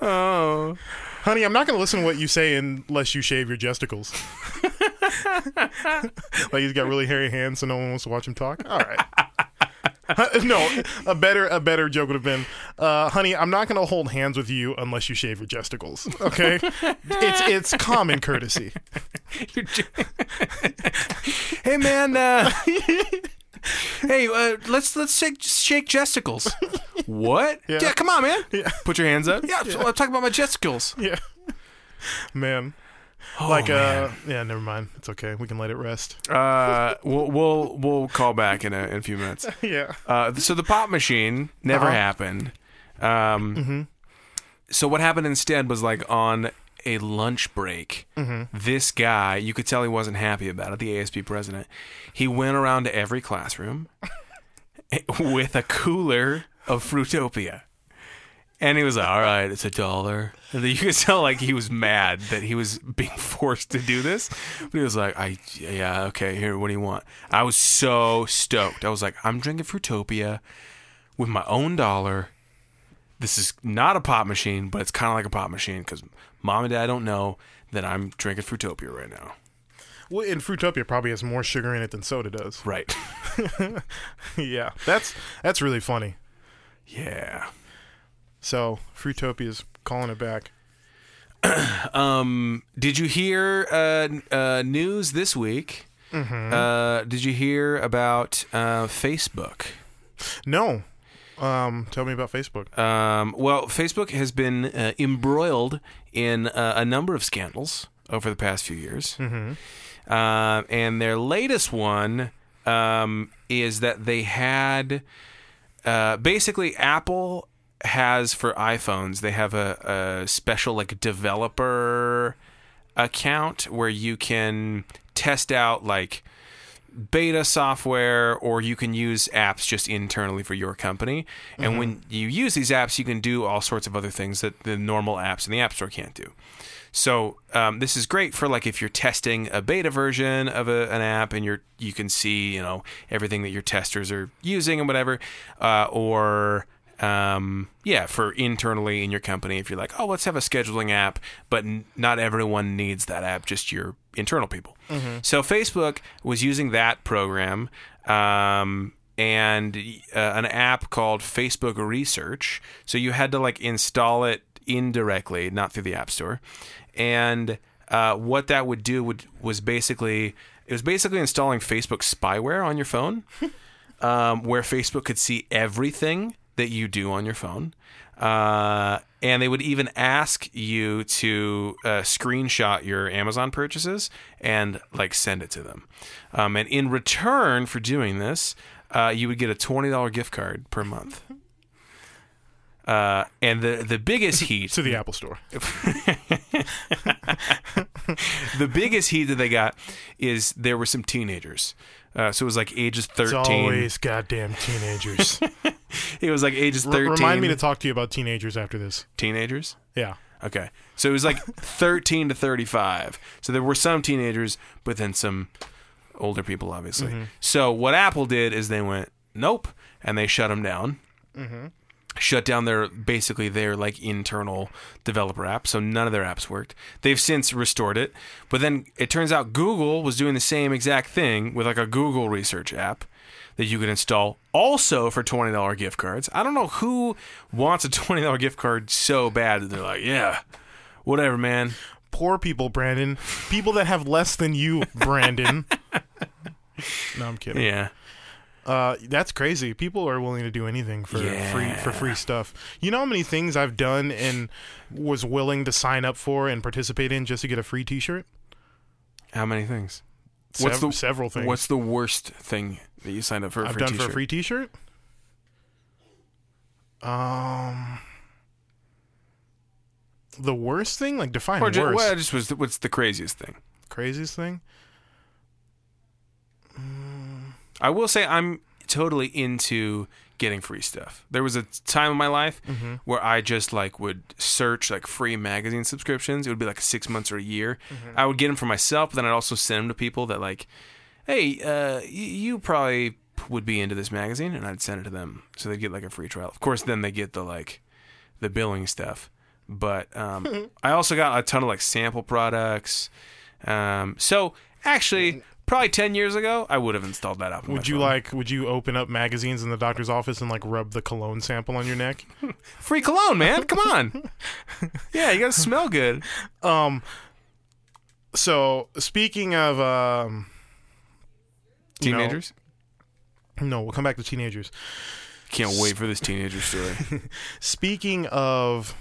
oh, Honey, I'm not going to listen to what you say unless you shave your (laughs) gesticles. like he's got really hairy hands, so no one wants to watch him talk. All right. Huh, no, a better a better joke would have been, uh, honey, I'm not going to hold hands with you unless you shave your gesticles. Okay, it's it's common courtesy. (laughs) You're ju- (laughs) hey man. Uh, (laughs) hey, uh, let's let's shake (laughs) shake gesticles. what? (laughs) Yeah. come uh, on, man. Put your hands up. Yeah, I'm talking about my gesticles. Yeah, man. Oh, like man. uh yeah, never mind. It's okay. We can let it rest. Uh, we'll we'll we'll call back in a, in a few minutes. yeah. Uh, so the pop machine never Uh-huh. happened. Um, So what happened instead was like on a lunch break, this guy you could tell he wasn't happy about it. The ASP president, he went around to every classroom with a cooler of Fruitopia. And he was like, "All right, it's a dollar." And you could tell, like, he was mad that he was (laughs) being forced to do this. But he was like, "I, yeah, okay, here, what do you want?" I was so stoked. I was like, "I'm drinking Fruitopia with my own dollar. This is not a pop machine, but it's kind of like a pop machine because mom and dad don't know that I'm drinking Fruitopia right now." Well, and Fruitopia probably has more sugar in it than soda (laughs) does. Right? yeah. That's that's really funny. yeah. So, Fruitopia's calling it back. Um, did you hear uh, n- uh, news this week? Uh, did you hear about uh, Facebook? No. Um tell me about Facebook. Um, well, Facebook has been uh, embroiled in uh, a number of scandals over the past few years, uh, and their latest one um, is that they had uh, basically Apple has for iPhones they have a, a special like developer account where you can test out like beta software or you can use apps just internally for your company and when you use these apps you can do all sorts of other things that the normal apps in the app store can't do so um, this is great for like if you're testing a beta version of a, an app and you're you can see you know everything that your testers are using and whatever uh, or um, yeah, for internally in your company, if you're like, oh, let's have a scheduling app, but n- not everyone needs that app, just your internal people. So Facebook was using that program um, and uh, an app called Facebook Research. So you had to like install it indirectly, not through the App Store. And uh, what that would do would was basically it was basically installing Facebook spyware on your phone um, where Facebook could see everything that you do on your phone. Uh, and they would even ask you to uh, screenshot your Amazon purchases and like send it to them. Um, and in return for doing this, uh, you would get a $20 gift card (laughs) per month. Uh, and the, the biggest (laughs) heat To the Apple Store. the biggest heat that they got is there were some teenagers. Uh, so it was like ages 13. It's always goddamn teenagers. it was like ages 13. R- remind me to talk to you about teenagers after this. teenagers. Yeah. Okay. So it was like 13 to 35. So there were some teenagers, but then some older people, obviously. So what Apple did is they went, nope, and they shut them down. Shut down their basically their like internal developer app, so none of their apps worked. They've since restored it, but then it turns out Google was doing the same exact thing with like a Google Research app that you could install also for twenty dollar gift cards. I don't know who wants a (laughs) twenty dollar gift card so bad that they're like, yeah, whatever, man. Poor people, Brandon. People that have less than you, Brandon. (laughs) no, I'm kidding. Yeah, Uh, that's crazy. People are willing to do anything for free for free stuff. You know how many things I've done and was willing to sign up for and participate in just to get a free T-shirt. how many things? Sev- several things What's the worst thing that you signed up for? I've for done a t-shirt? for a free T-shirt? Um, the worst thing, like define Or worst, just, well, just was what's the craziest thing? craziest thing. I will say I'm totally into getting free stuff. There was a time in my life where I just like would search like free magazine subscriptions. It would be like six months or a year. I would get them for myself, but then I'd also send them to people that like, hey, uh, y- you probably would be into this magazine, and I'd send it to them so they'd get like a free trial. Of course, then they get the like the billing stuff. But um, I also got a ton of like sample products. Um, so actually, probably ten years ago, I would have installed that app. on my Would you phone. like? Would you open up magazines in the doctor's office and like rub the cologne sample on your neck? free cologne, man? Come on. (laughs) yeah, you gotta smell good. Um. So speaking of um, you know- Teenagers. no, we'll come back to teenagers. (laughs) Can't wait for this teenager story. Speaking of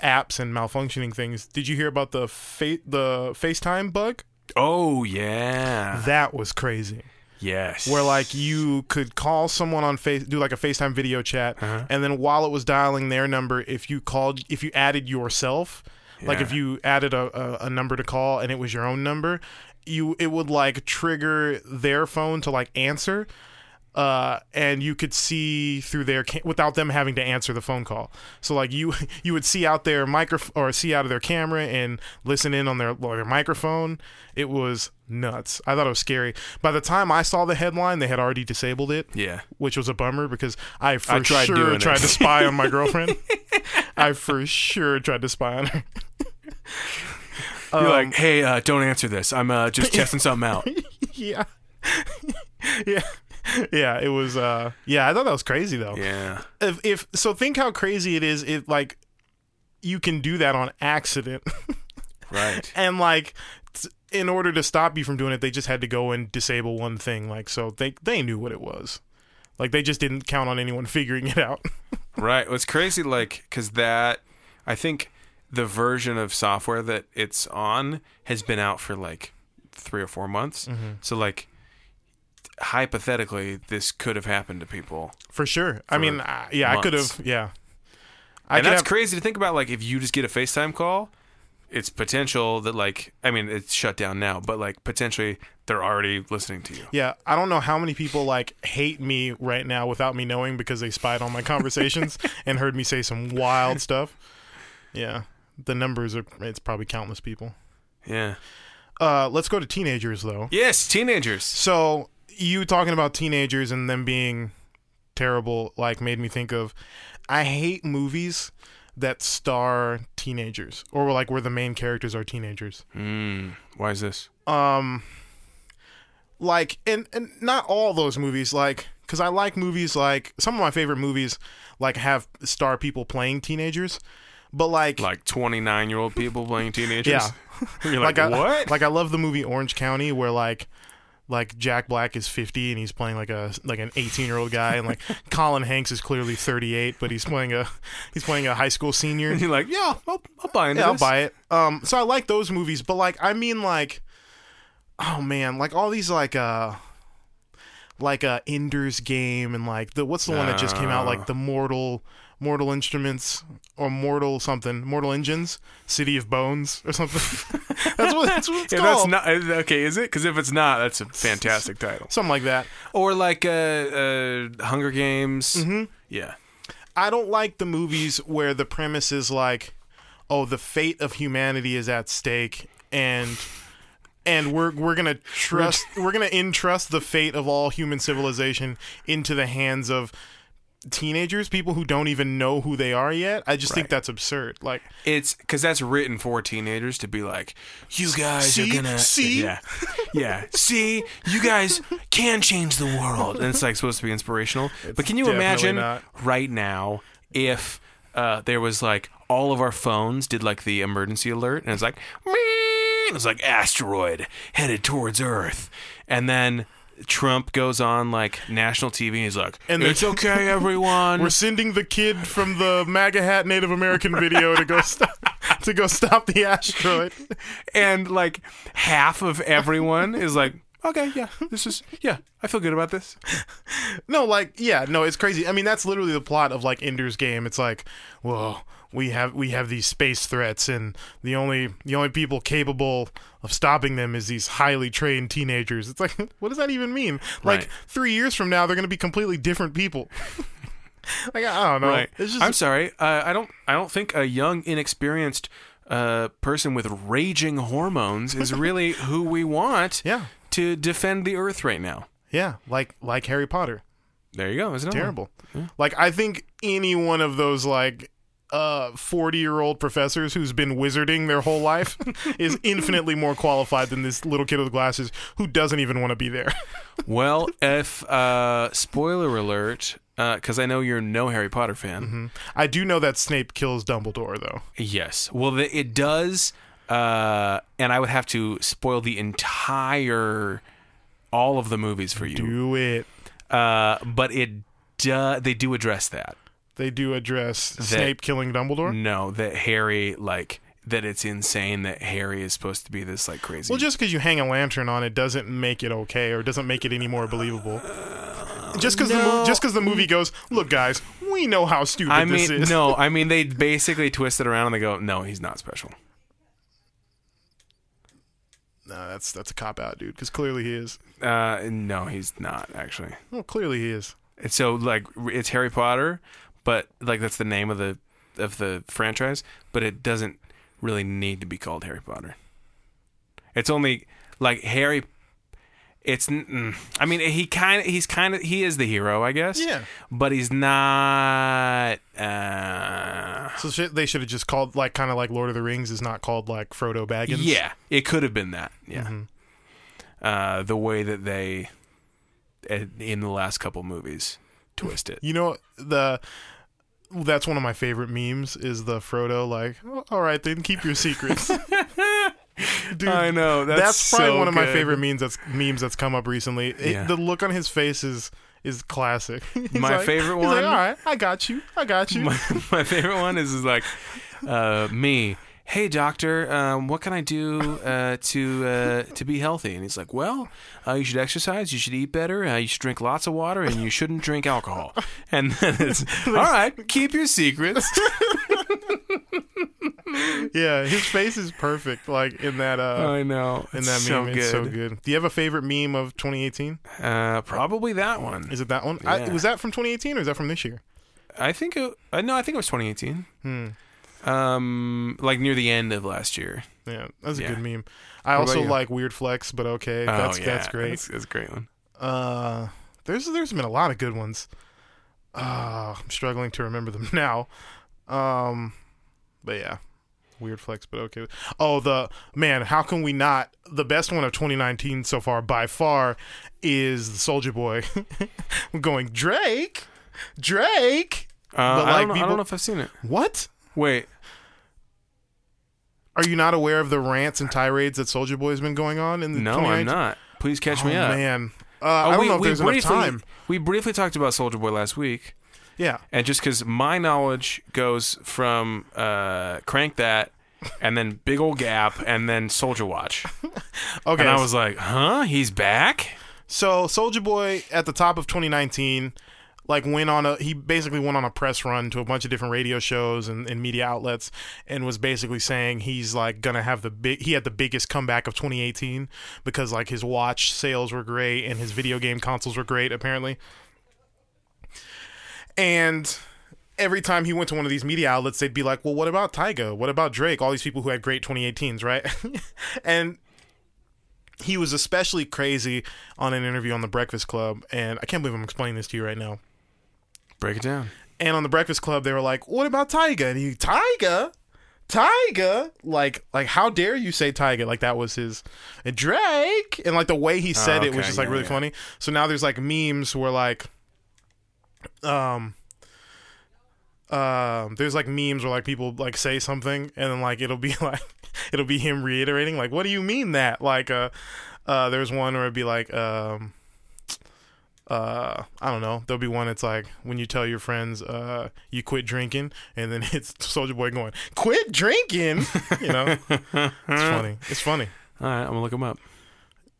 apps and malfunctioning things, did you hear about the fa- the FaceTime bug? Oh yeah. That was crazy. Yes. Where like you could call someone on face, do like a FaceTime video chat, Uh-huh. and then while it was dialing their number, if you called, if you added yourself, like if Yeah. you added a, a, a number to call and it was your own number, you it would like trigger their phone to like answer. Uh, and you could see through their ca- without them having to answer the phone call. So like you (laughs) you would see out their micro or see out of their camera and listen in on their their microphone. It was nuts. I thought it was scary. By the time I saw the headline, they had already disabled it, yeah. which was a bummer because I for I tried doing sure it. tried to spy on my (laughs) girlfriend. I for sure tried to spy on her. You're like, hey, uh, don't answer this. I'm (laughs) uh, just testing something out. um, yeah. (laughs) yeah. Yeah, it was uh yeah, I thought that was crazy though. yeah. if, if so think how crazy it is if like you can do that on accident (laughs) Right. and like t- in order to stop you from doing it they just had to go and disable one thing like so they they knew what it was like they just didn't count on anyone (laughs) figuring it out Right. What's crazy, like, because that, I think the version of software that it's on has been out for like three or four months. Mm-hmm. So, like, hypothetically, this could have happened to people. for sure i For mean I, yeah i could months. have yeah i And could that's have crazy to think about. Like, if you just get a FaceTime call, it's potential that, like, I mean, it's shut down now, but like, potentially they're already listening to you. yeah i don't know how many people like hate me right now without me knowing because they spied (laughs) on my conversations and heard me say some wild stuff yeah the numbers are it's probably countless people Yeah. uh let's go to teenagers though Yes, teenagers. So you talking about teenagers and them being terrible like made me think of I hate movies that star teenagers or like where the main characters are teenagers. Mm, why is this? Um like and and not all those movies like cuz I like movies like some of my favorite movies like have star people playing teenagers but like Like 29 year old people playing teenagers? Yeah. (laughs) You're like, I, what? Like I love the movie Orange County where like like Jack Black is 50 and he's playing like a like an 18-year-old guy and like (laughs) Colin Hanks is clearly 38 but he's playing a he's playing a high school senior. And you're like, yeah, I'll, I'll buy into Yeah, I'll this. buy it. Um so I like those movies but like I mean like oh man, like all these like uh like uh Ender's Game and like the what's the one that just came out Uh. like the Mortal Mortal Instruments or Mortal something, Mortal Engines, City of Bones or something. (laughs) that's what that's what it's (laughs) Yeah, called. that's not uh, okay, is it? Because if it's not, that's a fantastic title. something like that. Or like uh, uh, Hunger Games. Mm-hmm. Yeah, I don't like the movies where the premise is like, oh, the fate of humanity is at stake, and and we're we're gonna trust (laughs) we're gonna entrust the fate of all human civilization into the hands of teenagers, people who don't even know who they are yet. I just think Right. that's absurd. Like, it's because that's written for teenagers to be like, you guys See? are gonna See? yeah, yeah, see, you guys can change the world, and it's like supposed to be inspirational. but can you definitely imagine not. right now if uh, there was like all of our phones did like the emergency alert, and it's like, "Meep," and it's like asteroid headed towards Earth, and then. Trump goes on like national TV and he's like, And "It's they're- (laughs) okay, everyone. we're sending the kid from the MAGA hat Native American video to go stop (laughs) to go stop the asteroid. and like half of everyone is like okay yeah this is yeah i feel good about this No, like yeah, no, it's crazy. I mean, that's literally the plot of like Ender's Game. It's like, whoa, we have we have these space threats, and the only the only people capable of stopping them is these highly trained teenagers. It's like, (laughs) what does that even mean? Like Right. three years from now, they're going to be completely different people. (laughs) like I don't know. It's just i'm sorry uh, i don't i don't think a young inexperienced uh, person with raging hormones (laughs) is really who we want yeah, to defend the earth right now yeah, like like Harry Potter. there you go isn't it terrible. Like I think any one of those like uh 40 year old professors who's been wizarding their whole (laughs) life is infinitely more qualified than this little kid with glasses who doesn't even want to be there. (laughs) well if uh, spoiler alert because i know you're no harry potter fan Mm-hmm. I do know that Snape kills Dumbledore though. Yes. Well, the, it does, uh, and I would have to spoil the entire, all of the movies for you. Do it. Uh, but it do, they do address that. they do address Snape killing Dumbledore. No, that Harry like that it's insane that Harry is supposed to be this like crazy. Well, just because you hang a lantern on it doesn't make it okay, or doesn't make it any more believable. Just because the no. mo- just because the movie goes, look, guys, we know how stupid I this mean, is. (laughs) no, I mean they basically twist it around and they go, no, he's not special. No, that's that's a cop out, dude. Because clearly he is. Uh, no, he's not actually. Well, clearly he is. And so like it's Harry Potter, but like that's the name of the of the franchise, but it doesn't really need to be called Harry Potter. It's only like Harry. It's. n- mm. I mean, he kind of. He's kind of. He is the hero, I guess. Yeah. But he's not. Uh, So sh- they should have just called like kind of like Lord of the Rings is not called like Frodo Baggins. yeah, it could have been that. Yeah. Mm-hmm. Uh, the way that they, in in the last couple movies, twist it. You know the that's one of my favorite memes is the Frodo like, "Oh, all right then, keep your (laughs) secrets. Dude, I know. That's, that's probably so one of my good. favorite memes that's memes that's come up recently. It- Yeah. The look on his face is is classic. (laughs) He's My like- favorite he's like, one- All right, I got you. I got you. (laughs) my, my favorite one is, is like uh, me. Hey doctor, um, what can I do uh, to uh, to be healthy? And he's like, well, uh, you should exercise, you should eat better, uh, you should drink lots of water, and you shouldn't drink alcohol. (laughs) And then (laughs) it's all right, keep your secrets. (laughs) yeah, his face is perfect. Like in that uh, I know, in that Oh, It's meme, it's so good. Do you have a favorite meme of 2018? Uh, probably that one. Is it that one? I, Yeah. was that from 2018 or is that from this year? Hmm. I think it. Uh, no, I think it was 2018. Um, like near the end of last year. Yeah, that's a Yeah. good meme. I What about also you? like weird flex, but okay, that's oh, yeah. that's great. That's, that's a great one. Uh, there's there's been a lot of good ones. Uh, I'm struggling to remember them (laughs) now. Um, but yeah, weird flex, but okay. Oh, the man, how can we not? The best one of 2019 so far by far is the Soldier Boy. (laughs) I'm going Drake, Drake. Uh, I, like, don't know, I people- don't know if I've seen it. What? Wait, Are you not aware of the rants and tirades that Soldier Boy has been going on in the No, 2019? I'm not. Please catch Oh me up. man, uh, Oh, I don't we, know if we there's enough briefly, time. We briefly talked about Soldier Boy last week, Yeah, and just because my knowledge goes from uh, Crank That, and then Big Ol' Gap, and then Soldier Watch, okay. and I was like, "Huh? He's back? So Soldier Boy at the top of 2019 like went on a he basically went on a press run to a bunch of different radio shows and, and media outlets and was basically saying he's like gonna have the big he had the biggest comeback of 2018 because like his watch sales were great and his video game consoles were great apparently and every time he went to one of these media outlets, they'd be like, "Well, what about Tyga? What about Drake? All these people who had great 2018s, right?" (laughs) and he was especially crazy on an interview on The Breakfast Club, and I can't believe I'm explaining this to you right now. Break it down." And on The Breakfast Club, they were like, "What about Tyga?" And he, "Tyga." Tyga, like, like, how dare you say Tyga? Like that was his and Drake, and like the way he said it Oh, okay, was just like yeah, really yeah. funny. So now there's like memes where like, um, um, there's like memes where like people like say something and then like it'll be (laughs) like it'll be him reiterating like what do you mean that like uh uh there's one where it'd be like um uh I don't know there'll be one that's like when you tell your friends uh you quit drinking and then (laughs) it's Soldier Boy going quit drinking (laughs) you know it's funny it's funny All right, I'm gonna look him up.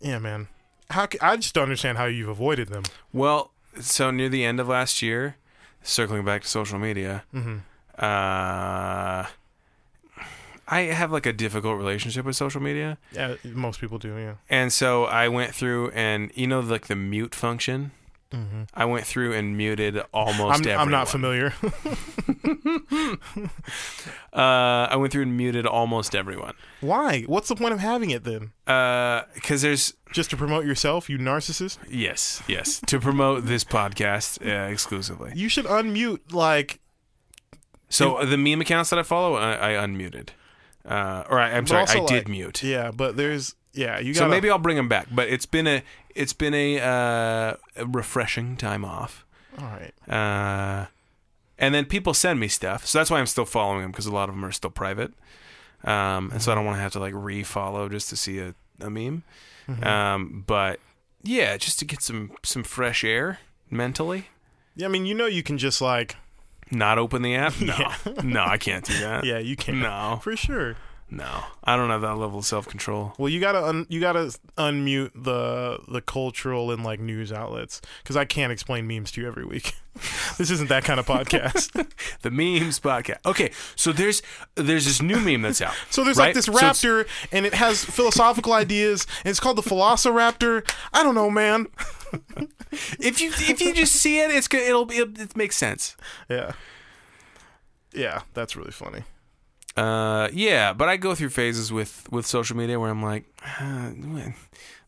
yeah man how ca I just don't understand how you've avoided them Well, so near the end of last year, circling back to social media, Mm-hmm. uh, I have like a difficult relationship with social media. yeah most people do yeah And so I went through and you know like the mute function. I went through and muted almost Mm-hmm. I'm, everyone. I'm not familiar (laughs) Uh, I went through and muted almost everyone. why what's the point of having it then Because there's just to promote yourself, you narcissist. yes, yes, to promote this podcast uh, exclusively. You should unmute like So the meme accounts that I follow, I, I unmuted, uh, or I, I'm But sorry, also, I like, did mute. yeah, but there's yeah, you got So maybe I'll bring him back. But it's been a it's been a uh, a refreshing time off. all right. Uh, and then people send me stuff, so that's why I'm still following them because a lot of them are still private, um, and so I don't want to have to like re-follow just to see a, a meme. Um, but yeah, just to get some some fresh air mentally. Yeah, I mean, you know you can just like Not open the app? No. No, I can't do (laughs) that. Yeah, you can. No. For sure. No. I don't have that level of self control. Well, you gotta un- you gotta unmute the the cultural and like news outlets because I can't explain memes to you every week. (laughs) this isn't that (laughs) kind of podcast. The memes podcast. Okay, so there's there's this new meme that's out. So there's right? like this So it's- raptor and it has philosophical ideas and it's called the Velociraptor. I don't know, man. if you if you just see it, it's good. It'll be it, it makes sense. Yeah, yeah, that's really funny. Uh, yeah, but I go through phases with with social media where I'm like, uh, what,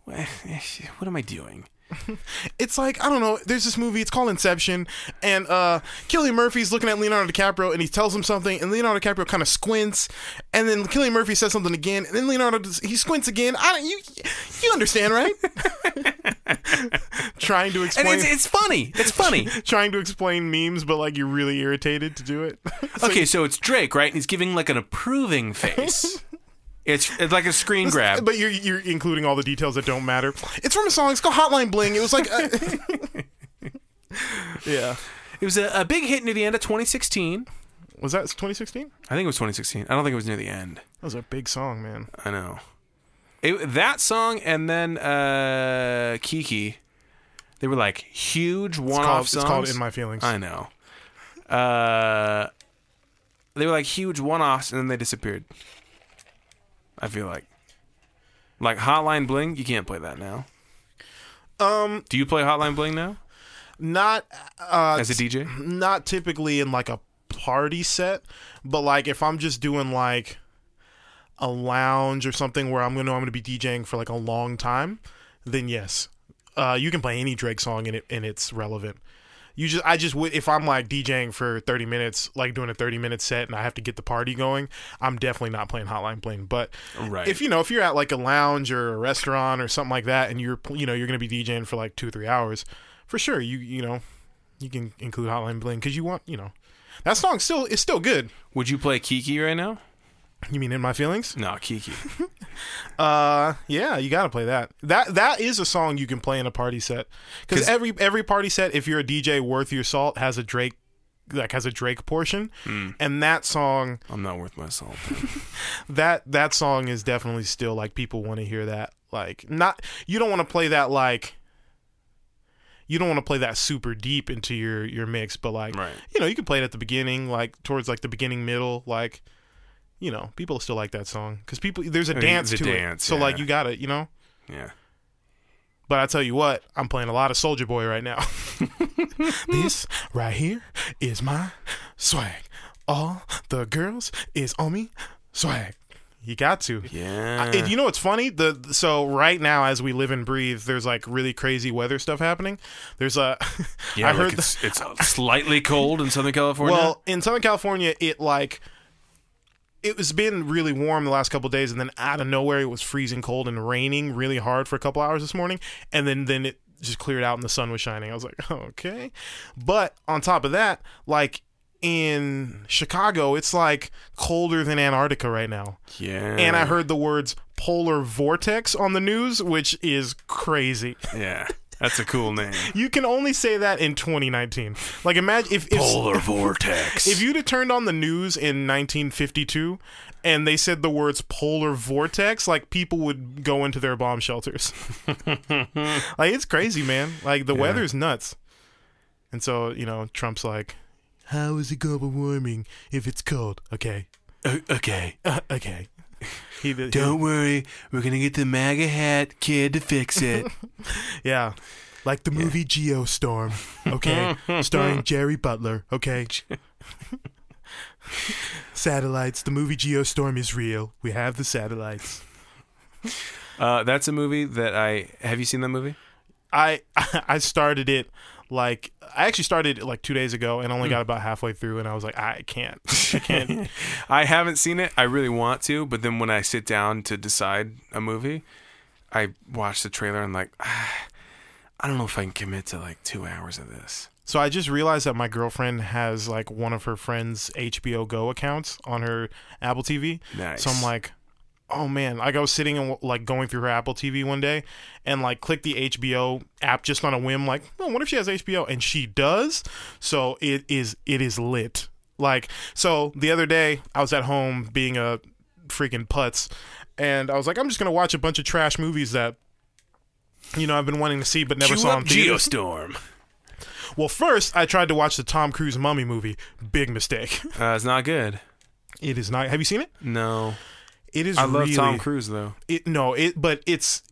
what, what am I doing? It's like I don't know. There's this movie. It's called Inception, and uh, Killian Murphy's looking at Leonardo DiCaprio, and he tells him something, and Leonardo DiCaprio kind of squints, and then Killian Murphy says something again, and then Leonardo does, he squints again. I don't you you understand (laughs) right? trying to And explain, it's it's funny. (laughs) It's funny. trying to explain memes, but like you're really irritated to do it. (laughs) So okay, so it's Drake, right? And he's giving like an (laughs) approving face. it's it's like a screen grab. But you're you're including all the details that don't matter. It's from a song. It's called Hotline Bling. It was like, uh, (laughs) (laughs) yeah, It was a, a big hit near the end of 2016. was that 2016? I think it was 2016. I don't think it was near the end. That was a big song, man. I know. It, that song and then uh, Kiki, they were like huge one-off It's songs. called- It's called In My Feelings. I know. Uh, they were like huge one-offs and then they disappeared. I feel like, like Hotline Bling, you can't play that now. Um, Do you play Hotline Bling now not uh, as a DJ? not typically in like a party set, but like if I'm just doing like a lounge or something where I'm gonna I'm gonna be DJing for like a long time, then yes, uh, you can play any Drake song and it and it's relevant. You just I just would if I'm like DJing for 30 minutes, like doing a 30 minute set, and I have to get the party going, I'm definitely not playing Hotline Bling. But Right. if you know if you're at like a lounge or a restaurant or something like that and you're you know you're gonna be DJing for like two three hours for sure you you know you can include Hotline Bling because you want you know that song still is still good Would you play Kiki right now? you mean in my (laughs) feelings No, Kiki. uh yeah you gotta play that that that is a song you can play in a party set because 'Cause- every every party set if you're a DJ worth your salt has a Drake like has a Drake portion Hmm. and that song I'm not worth my salt. that that song is definitely still like people want to hear that like not you don't want to play that like you don't want to play that super deep into your your mix but like (laughs) Right. you know you can play it at the beginning like towards like the beginning middle like you know people still like that song because people there's a mean, dance the to dance, it so like yeah. you got it you know Yeah. but I tell you what, I'm playing a lot of Soldier Boy right (laughs) now. this right here is my swag. All the girls is on me swag. You got to. Yeah. And you know what's funny? The so right now as we live and breathe, there's like really crazy weather stuff happening. There's a (laughs) I yeah, like heard the- it's, it's slightly cold in Southern California. well, in Southern California, it like it was been really warm the last couple of days, and then out of nowhere, it was freezing cold and raining really hard for a couple hours this morning, and then then it just cleared out and the sun was shining. I was like, (laughs) okay, but on top of that, like in Chicago, it's like colder than Antarctica right now, yeah. and I heard the words polar vortex on the news, which is crazy. Yeah. That's a cool name. You can only say that in 2019. Like imagine if, if Polar vortex. If you'd have turned on the news in 1952 and they said the words polar vortex, like people would go into their bomb shelters. like it's crazy, man. Like the weather's nuts. And so, you know, Trump's like, how is it global warming if it's cold? Okay. (laughs) okay. Uh, okay. He did. he- Don't worry, we're gonna get the MAGA hat kid to fix (laughs) it. yeah. Like the movie Geostorm. Okay. Starring Jerry Butler. Okay. satellites. The movie Geostorm is real. We have the satellites. uh, that's a movie that I have you seen that movie? I (laughs) I started it like I actually started it like two days ago and only got about halfway through and I was like I can't I can't I haven't seen it. I really want to, but then when I sit down to decide a movie, I watch the trailer and like, (sighs) "Ah, I don't know if I can commit to like two hours of this. so I just realized that my girlfriend has like one of her friends HBO Go accounts on her Apple TV Nice. so I'm like oh man, like I was sitting and like going through her Apple TV one day, and like clicked the HBO app just on a whim, like, oh, what if she has HBO? And she does. So it is it is lit. Like so, the other day I was at home being a freaking putz, and I was like, I'm just gonna watch a bunch of trash movies that. You know, I've been wanting to see but never Cue saw up in theaters. Geostorm. Well, first I tried to watch the Tom Cruise Mummy movie. Big mistake. (laughs) (laughs) Uh, it's not good. It is not. Have you seen it? No, It is. I love really, Tom Cruise though. It, no, it. But it's.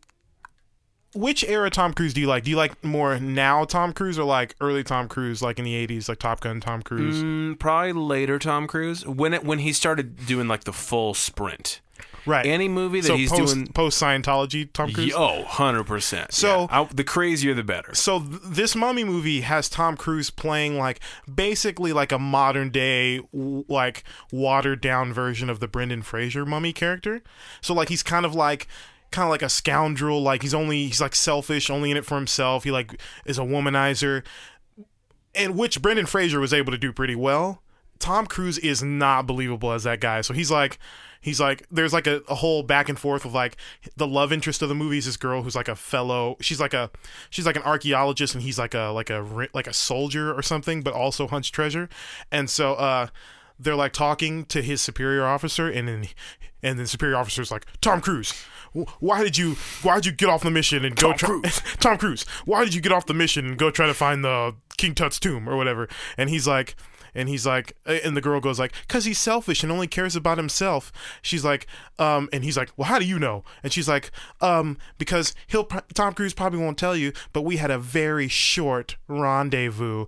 Which era Tom Cruise do you like? Do you like more now Tom Cruise or like early Tom Cruise, like in the '80s, like Top Gun Tom Cruise? Mm, probably later Tom Cruise when it when he started doing like the full sprint. right. Any movie that so he's post doing, post Scientology Tom Cruise. oh, 100 percent. So- the crazier the better. So th- this mummy movie has Tom Cruise playing like basically like a modern day w- like watered down version of the Brendan Fraser mummy character. So like he's kind of like kind of like a scoundrel like he's only he's like selfish, only in it for himself. He like is a womanizer and which Brendan Fraser was able to do pretty well. Tom Cruise is not believable as that guy. So he's like, he's like, there's like a, a whole back and forth of like the love interest of the movie is this girl who's like a fellow, she's like a, she's like an archaeologist and he's like a like a ri- like a soldier or something, but also hunts treasure. And so uh, they're like talking to his superior officer, and then and then superior officer's like Tom Cruise. wh- Why did you Why did you get off the mission and go try Cruise. (laughs) Tom Cruise? Why did you get off the mission and go try to find the King Tut's tomb or whatever? And he's like, and he's like, and the girl goes like, cause he's selfish and only cares about himself. She's like, um, and he's like, well, how do you know? And she's like, um, because he'll pro- Tom Cruise probably won't tell you, but we had a very short rendezvous.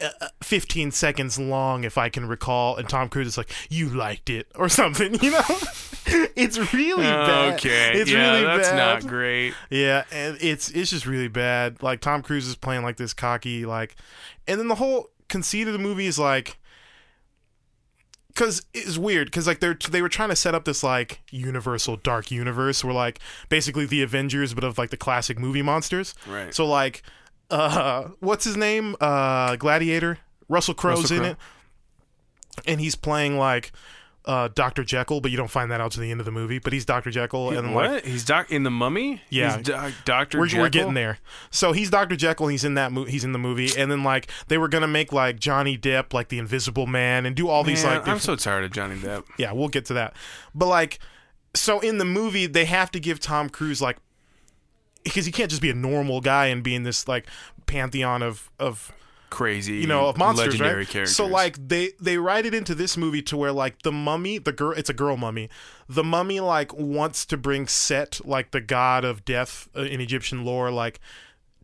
uh, uh, 15 seconds long if i can recall and tom cruise is like you liked it or something (laughs) you know it's really bad Okay, it's yeah, really that's bad not great. yeah, and it's it's just really bad. Like Tom Cruise is playing like this cocky like, and then the whole conceit of the movie is like, because it's weird because like they're they were trying to set up this like universal dark universe where like basically the Avengers but of like the classic movie monsters. Right. So like, uh, what's his name? Uh, Gladiator. Russell Crowe's Russell in Crowe. it, and he's playing like. Uh, Dr. Jekyll, but you don't find that out to the end of the movie. But he's Dr. Jekyll, and like what? he's doc in the Mummy? Yeah. he's doc- Doctor. we're, Jekyll? we're getting there. So he's Dr. Jekyll. He's in that mo- he's in the movie, and then like they were gonna make like Johnny Depp like the Invisible Man and do all these Man, like I'm different- so tired of Johnny Depp. yeah, we'll get to that. But like, so in the movie they have to give Tom Cruise like because he can't just be a normal guy and be in this like pantheon of of Crazy, you know of monsters legendary right characters. so like they they write it into this movie to where like the mummy the girl it's a girl mummy the mummy like wants to bring set like the god of death uh, in egyptian lore like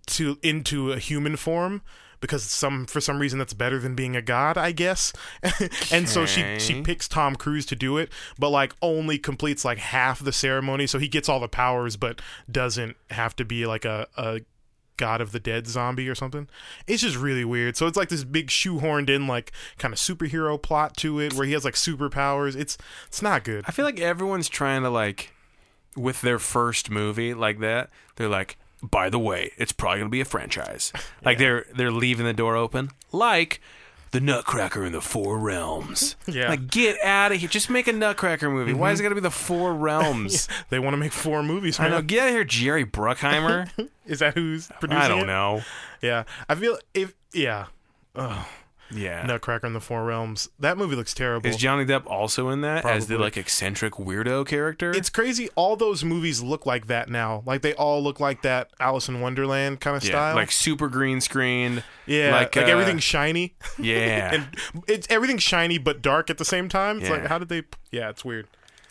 to into a human form because some for some reason that's better than being a god i guess (laughs) and so she she Okay. picks tom cruise to do it but like only completes like half the ceremony so he gets all the powers but doesn't have to be like a, a god of the dead zombie or something it's just really weird so it's like this big shoehorned in like kind of superhero plot to it where he has like superpowers it's it's not good I feel like everyone's trying to like with their first movie like that. They're like, by the way, it's probably gonna be (laughs) a franchise. Like they're they're leaving the door open, like the Nutcracker in the (laughs) Four Realms. Yeah. Mm-hmm. like get out of here. Just make a Nutcracker movie. Why is it gonna be the (laughs) Four Realms? they want to make four movies I know. man. Get out of here, (laughs) Jerry Bruckheimer. is that who's producing I don't it? know. yeah i feel if yeah Ugh. Yeah. nutcracker in the four realms that movie looks terrible Is Johnny Depp also in that as the Probably. like eccentric weirdo character? it's crazy all those movies look like that now like they all look like that alice in wonderland kind of yeah, style like super green screened. yeah like, like, uh, everything's shiny (laughs) (laughs) Yeah. and it's everything's shiny but dark at the same time it's Yeah. like how did they yeah it's weird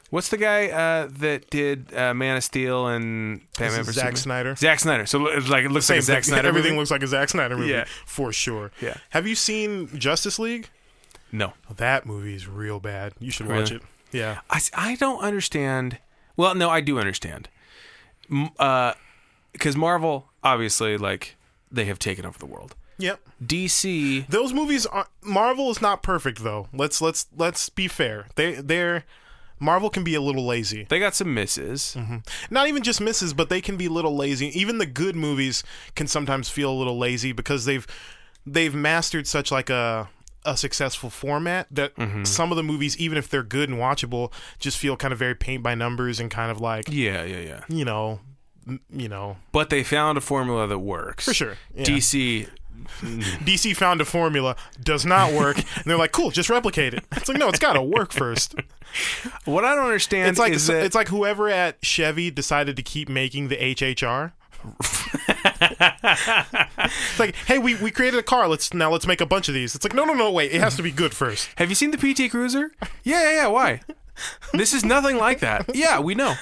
What's the guy uh, that did uh, Man of Steel and This Batman is vs Zack Snyder. Zack Snyder. So it's like it looks like a Zack thing. (laughs) Snyder. Everything movie? looks like a Zack Snyder movie Yeah. for sure. Yeah. Have you seen Justice League? no. That movie is real bad. You should watch Really? it. Yeah. I, s- I don't understand. Well, no, I do understand. Because Marvel, obviously, like they have taken over the world. Yep. DC, Those movies are Marvel is not perfect though. Let's let's let's be fair. They they're Marvel can be a little lazy. they got some misses. Mm-hmm. Not even just misses, but they can be a little lazy. Even the good movies can sometimes feel a little lazy because they've they've mastered such like a a successful format that some of the movies, even if they're good and watchable, just feel kind of very paint by numbers and kind of like Yeah, yeah, yeah. you know, m- you know. But they found a formula that works. For sure, yeah. DC DC found a formula does not work, and they're like, "Cool, just replicate it." It's like, no, it's got to work first. What I don't understand It's like is that it's like whoever at Chevy decided to keep making the HHR. it's like, hey, we, we created a car. Let's now let's make a bunch of these. It's like, no, no, no, wait. It has to be good first. Have you seen the PT Cruiser? Yeah, yeah, yeah. Why? this is nothing like that. Yeah, we know.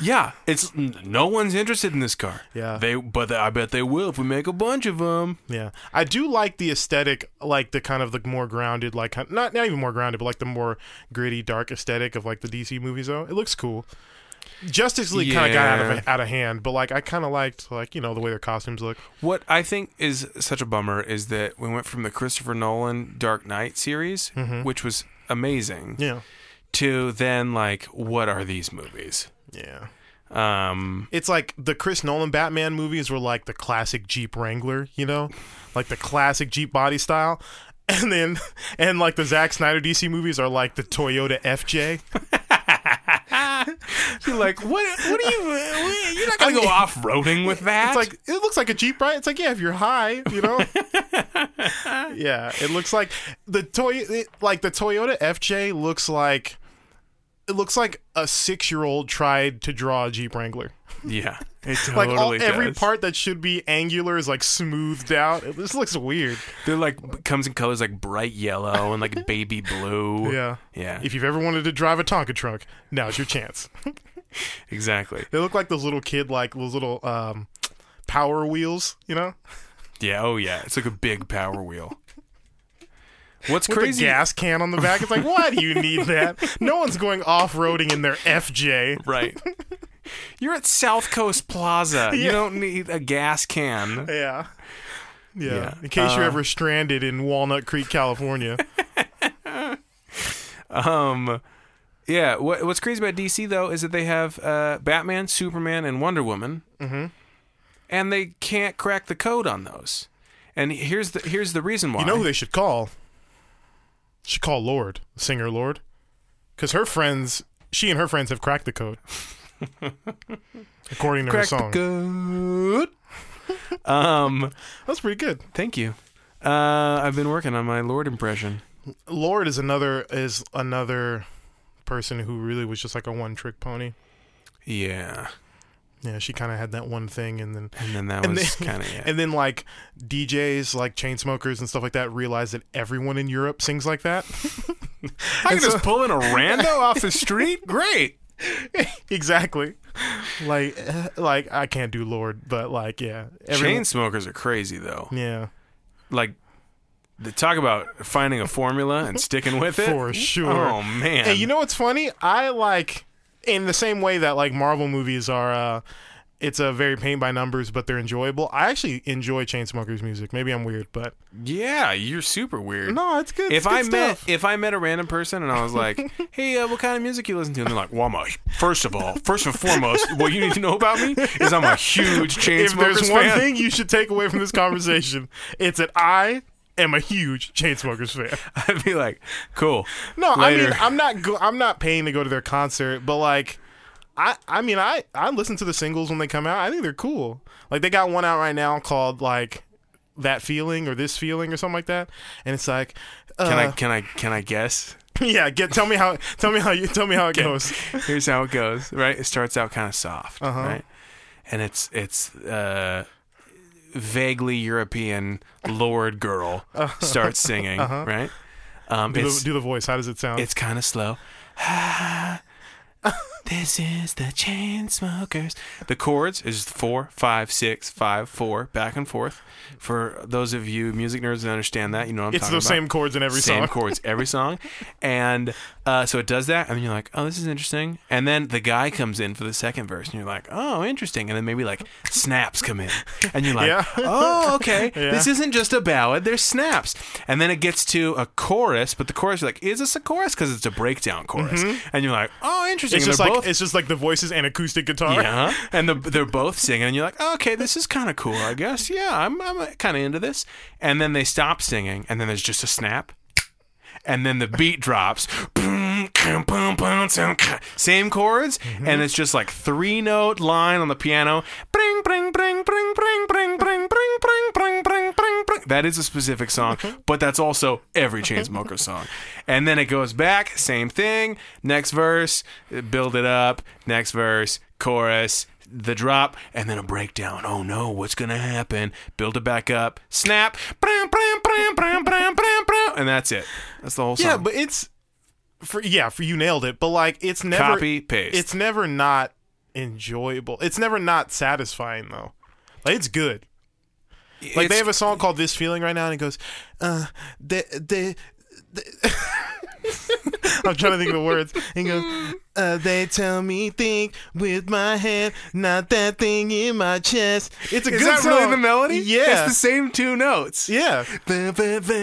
Yeah, it's n- no one's interested in this car. Yeah. they, but I bet they will if we make a bunch of them. Yeah, I do like the aesthetic, like the kind of the more grounded, like not not even more grounded, but like the more gritty, dark aesthetic of like the DC movies. Though it looks cool. Justice League kind of got out of out of hand, but like I kind of liked like you know the way their costumes look. What I think is such a bummer is that we went from the Christopher Nolan Dark Knight series, which was amazing, Mm-hmm. Yeah, to then like, what are these movies? yeah. (laughs) Um, It's like the Chris Nolan Batman movies were like the classic Jeep Wrangler, you know, like the classic Jeep body style. (laughs) And then, and like the Zack Snyder DC movies are like the Toyota FJ. you're like, what? What are you? What, you're not gonna I go mean- off roading with that. It's like it looks like a Jeep, right? It's like yeah, if you're high, you know. (laughs) yeah, it looks like the toy, it, like the Toyota FJ looks like it looks like a six year old tried to draw a Jeep Wrangler. yeah, it Like totally all, every does. part that should be angular is like smoothed out. It, this looks weird. They're like comes in colors like bright yellow and like baby (laughs) blue. Yeah. Yeah. If you've ever wanted to drive a Tonka truck, now's your chance. exactly. they look like those little kid, like those little um, power wheels, you know, Yeah, oh yeah. It's like a big (laughs) power wheel. What's with crazy the gas can on the back. It's like, why do you need that? No one's going off roading in their FJ. Right. (laughs) You're at South Coast Plaza. You Yeah. don't need a gas can. Yeah. Yeah. Yeah. In case you're Uh, ever stranded in Walnut Creek, California. Um yeah, what, what's crazy about DC though is that they have uh, Batman, Superman, and Wonder Woman, mm-hmm. and they can't crack the code on those. And here's the here's the reason why. You know who they should call? Should call Lord, singer Lord, because her friends, she and her friends have cracked the (laughs) code, according to her crack the song. code. um, That's pretty good. Thank you. Uh, I've been working on my Lord impression. Lord is another is another person who really was just like a one trick pony. Yeah, Yeah, she kind of had that one thing, and then and then that And was then- kind of (laughs) it. and then like DJs like chain smokers and stuff like that realized that everyone in Europe sings like (laughs) that. I can just pull in (laughs) a rando off the street. Great. exactly. Like uh, like I can't do Lord, but like yeah, everyone- Chain smokers are crazy though. (laughs) yeah Like, the talk about finding a formula and sticking with it. for sure. Oh man. Hey, you know what's funny? I like in the same way that like Marvel movies are uh it's a very paint by numbers, but they're enjoyable. I actually enjoy Chainsmokers music. Maybe I'm weird, but yeah, you're super weird. no, it's good. If I met if I met a random person and I (laughs) was like, "Hey, uh, what kind of music you listen to?" and they're like, "Well, I'm a first of all, first and foremost, what you need to know about me is I'm a huge chain (laughs) if smokers there's one fan." thing you should take away from this conversation, (laughs) it's that I am a huge Chainsmokers fan. (laughs) I'd be like, "Cool." No, I Later. mean I'm not go- I'm not paying to go to their concert, but like I I mean I I listen to the singles when they come out. I think they're cool. Like they got one out right now called like that feeling or this feeling or something like that, and it's like. Uh, (laughs) Can I can I can I guess? yeah, get tell me how tell me how you tell me how it goes. Here's how it goes. Right, it starts out kind of soft, Uh-huh. right, and it's it's uh, vaguely European lord girl starts singing, right. Um, Uh-huh. Do it's the, do the voice. How does it sound? it's kind of slow. (sighs) this is the chain smokers. The chords is four, five, six, five, four, back and forth. For those of you music nerds that understand that, you know what I'm It's talking those about. same chords in every same song. chords every song and uh, so it does that and then you're like oh this is interesting and then the guy comes in for the second verse and you're like oh interesting and then maybe like snaps come in and you're like Yeah. oh okay (laughs) Yeah. this isn't just a ballad there's snaps and then it gets to a chorus but the chorus you're like is this a chorus because it's a breakdown chorus and you're like oh interesting Mm-hmm. It's and just they're like both it's just like the voices and acoustic guitar. yeah, and the, they're both singing, and you're like, okay, this is kind of cool, I guess. Yeah, I'm, I'm kind of into this. And then they stop singing, and then there's just a snap, and then the beat drops. Same chords, and it's just like three note line on the piano. Bring, bring, bring, bring, bring, bring, bring, bring, bring, bring, bring, bring, bring. That is a specific song, but that's also every Chainsmokers song. And then it goes back, same thing. Next verse, build it up. Next verse, chorus, the drop, and then a breakdown. Oh no, what's gonna happen? Build it back up, snap, bram, bram, bram, bram, bram, bram, bram, and that's it. That's the whole song. Yeah, but it's for yeah, for you nailed it. But like it's never Copy paste. It's never not enjoyable. It's never not satisfying though. Like it's good. Like they It's- have a song called "This Feeling" right now, and it goes, uh, the the. the- (laughs) I'm trying to think of the words. And it goes, uh, they tell me think with my head, not that thing in my chest. It's a Is good that song. really the melody? Yeah, It's the same two notes. yeah,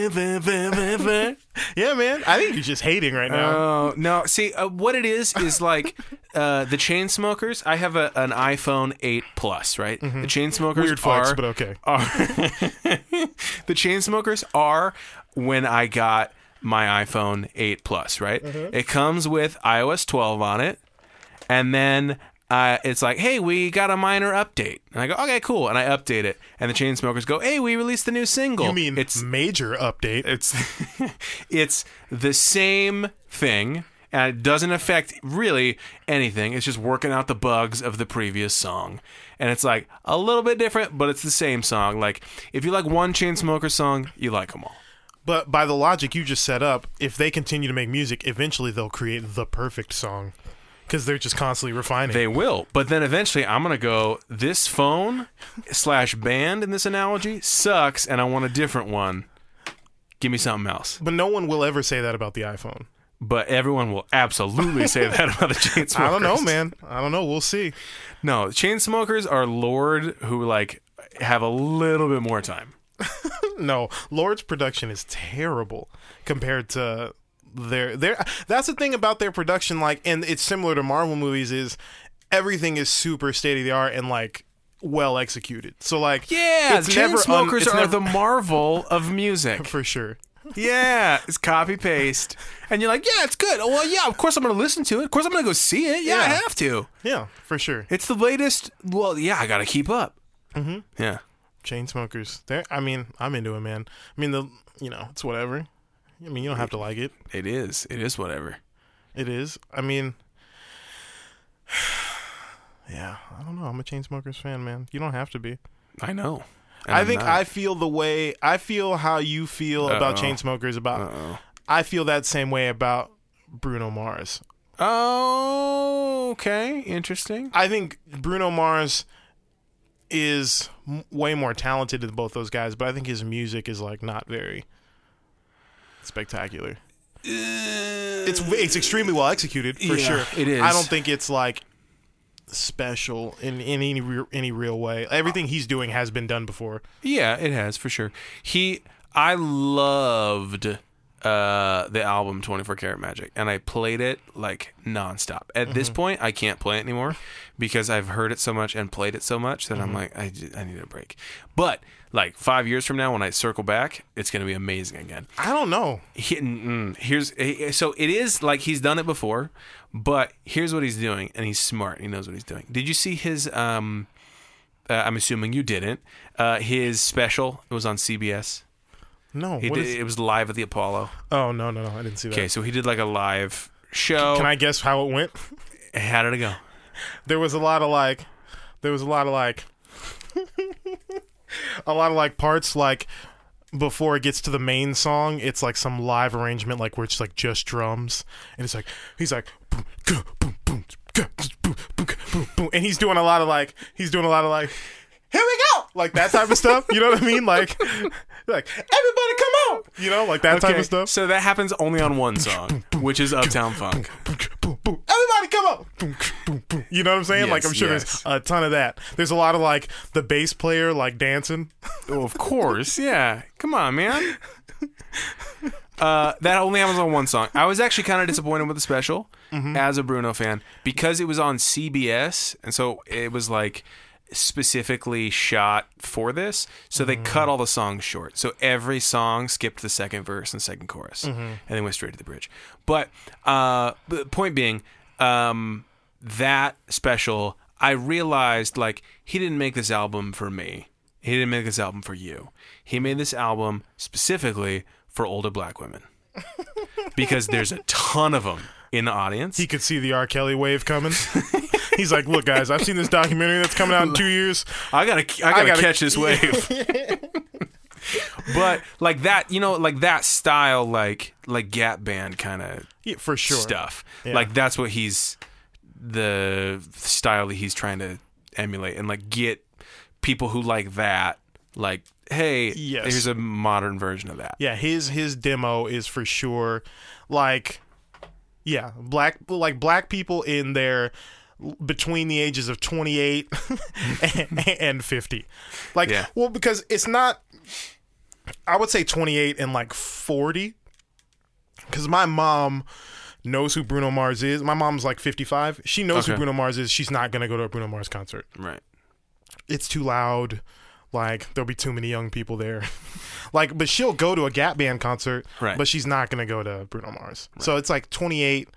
Yeah. yeah, man. I think you're just hating right now. (laughs) Oh no! See, uh, what it is is like uh, the chain smokers. I have a, an iPhone eight plus, right? The chain smokers Weird flex, are, (laughs) but okay. are the chain smokers are when I got my iPhone eight plus, right? It comes with iOS twelve on it, and then. Uh, it's like, hey, we got a minor update, and I go, okay, cool, and I update it, and the chain smokers go, hey, we released the new single. I mean, it's it's major update. it's (laughs) it's the same thing and it doesn't affect really anything. It's just working out the bugs of the previous song. And it's like a little bit different, but it's the same song. Like if you like one Chainsmokers song, you like them all. But by the logic you just set up, if they continue to make music, eventually they'll create the perfect song because they're just constantly refining. They will. But then eventually I'm going to go this phone slash band in this analogy sucks and I want a different one. Give me something else. but no one will ever say that about the iPhone. But everyone will absolutely say that about the Chainsmokers. I don't know, man. I don't know. We'll see. No, chain smokers are lord who like have a little bit more time. No, Lord's production is terrible compared to their their. That's the thing about their production. Like, and it's similar to Marvel movies. Is everything is super state of the art and like well executed. So like, Yeah, it's chain never un- smokers it's are never- the marvel of music. for sure. (laughs) yeah, it's copy paste, and you're like, yeah, it's good. Oh, well, yeah, of course I'm gonna listen to it. Of course I'm gonna go see it. Yeah, I Yeah. have to. Yeah, for sure. It's the latest. Well, yeah, I gotta keep up. Mm-hmm. Yeah. chain smokers they i mean i'm into it man i mean the you know it's whatever i mean you don't have to like it It is. It is whatever. it is i mean (sighs) yeah i don't know i'm a chain smokers fan man you don't have to be I know. And i I'm think not. i feel the way i feel how you feel about Uh-oh. chain smokers about Uh-oh. i feel that same way about bruno mars Oh, okay. Interesting. I think Bruno Mars is m- way more talented than both those guys, but I think his music is like not very spectacular. Uh, It's it's extremely well executed for Yeah, sure. it is. I don't think it's like special in, in any re- any real way. Everything he's doing has been done before. Yeah, it has for sure. He, I loved uh the album 24 karat magic and i played it like nonstop at this point i can't play it anymore because i've heard it so much and played it so much that i'm like I, j- I need a break but like five years from now when i circle back it's going to be amazing again I don't know. he, mm, here's eh, so it is like he's done it before, but here's what he's doing, and he's smart. He knows what he's doing. Did you see his? Um, uh, I'm assuming you didn't. Uh, his special it was on CBS. No. He what did, is- it was live at the Apollo. oh no no no! I didn't see that. Okay, so he did like a live show. Can I guess how it went? How did it go? there was a lot of like there was a lot of like (laughs) a lot of like parts like before it gets to the main song it's like some live arrangement like where it's like just drums and it's like he's like boom ka, boom boom ka, boom boom ka, boom boom and he's doing a lot of like he's doing a lot of like here we go like that type of stuff you know what i mean like (laughs) like everybody come on you know like that type Okay, of stuff So that happens only on one (coughs) song, which is Uptown Funk. Boom, boom, boom. Everybody come up. Boom, boom, boom. You know what I'm saying? like Yes, I'm sure yes. there's a ton of that. There's a lot of like the bass player like dancing. Oh, of course, yeah. Come on, man. Uh, that only happens on one song. I was actually kind of disappointed with the special as a Bruno fan because it was on CBS, and so it was like specifically shot for this, so they cut all the songs short. So every song skipped the second verse and second chorus, and then went straight to the bridge. But uh, the point being, um, that special, I realized like he didn't make this album for me. He didn't make this album for you. He made this album specifically for older black women because there's a ton of them in the audience. He could see the R. Kelly wave (laughs) coming. He's like, look, guys, I've seen this documentary that's coming out in two years. I gotta, I gotta, gotta- catch (laughs) this wave. but like that, you know, like that style, like like Gap Band kind of Yeah, for sure. stuff. Yeah. Like that's what he's the style that he's trying to emulate and like get people who like that. Like, hey, Yes. here's a modern version of that. Yeah, his his demo is for sure like yeah, black like black people in their between the ages of 28 and, (laughs) and 50. Like Yeah. well because it's not I would say 28 and like 40 cuz my mom knows who Bruno Mars is. My mom's like 55. She knows who Okay. Bruno Mars is. She's not going to go to a Bruno Mars concert Right. it's too loud. Like there'll be too many young people there. (laughs) like, but she'll go to a Gap Band concert, Right. but she's not gonna go to Bruno Mars. So it's like 28.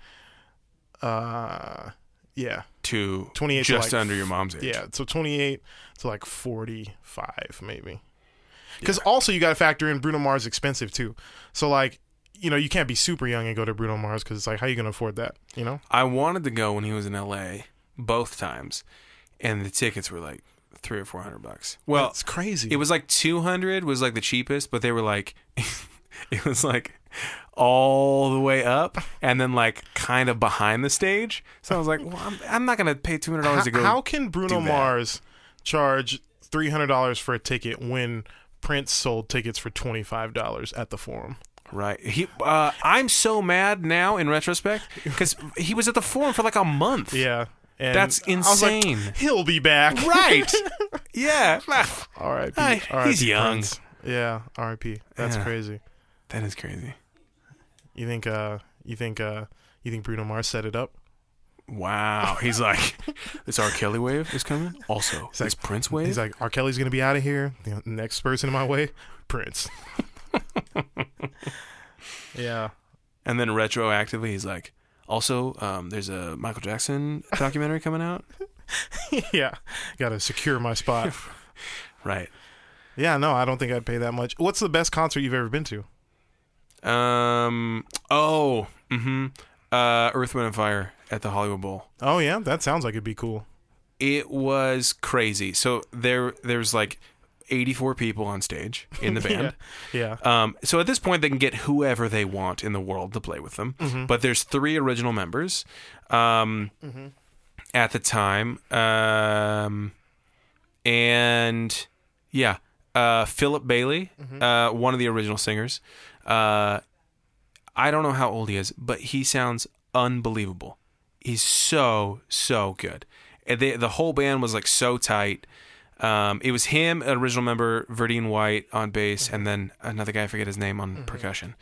Uh, yeah, To 28 to, just like, under your mom's age. yeah. So 28 to like 45 maybe. Because also you got to factor in Bruno Mars expensive too. So like, you know, you can't be super young and go to Bruno Mars because it's like how you gonna afford that? You know? I wanted to go when he was in L.A. both times, and the tickets were like three or four hundred bucks. Well, it's crazy. it was like 200 was like the cheapest but they were like (laughs) it was like all the way up and then like kind of behind the stage so i was like well, I'm, I'm not gonna pay $200 to how, go how can Bruno that. Mars charge three hundred dollars for a ticket when Prince sold tickets for twenty five dollars at the Forum? right he uh, i'm so mad now in retrospect because he was at the forum for like a month Yeah, and That's I was like, insane. He'll be back. (laughs) right yeah R.I.P. Hi, R.I.P. he's young. Prince. Yeah, R.I.P. That's Yeah. crazy. that is crazy You think? Uh, you think? Uh, you think Bruno Mars set it up? wow he's like (laughs) this r kelly wave is coming also this prince wave He's like, R. Kelly's gonna be out of here. The next person in my way, (laughs) Prince. yeah. And then retroactively, he's like, also, um, there's a Michael Jackson documentary coming out. (laughs) yeah. Gotta secure my spot. Right. Yeah, no, I don't think I'd pay that much. What's the best concert you've ever been to? Um. Oh. Mm-hmm. Uh, Earth, Wind, and Fire at the Hollywood Bowl. Oh yeah, that sounds like it'd be (laughs) cool. It was crazy. So there, there's like 84 people on stage in the band. (laughs) Yeah. Um, so at this point, they can get whoever they want in the world to play with them. But there's three original members um, at the time, um, and yeah, uh, Philip Bailey, uh, one of the original singers. Uh, I don't know how old he is, but he sounds unbelievable. He's so so good. And they, the whole band was like so tight. Um, it was him, an original member Verdine White on bass, and then another guy I forget his name on percussion.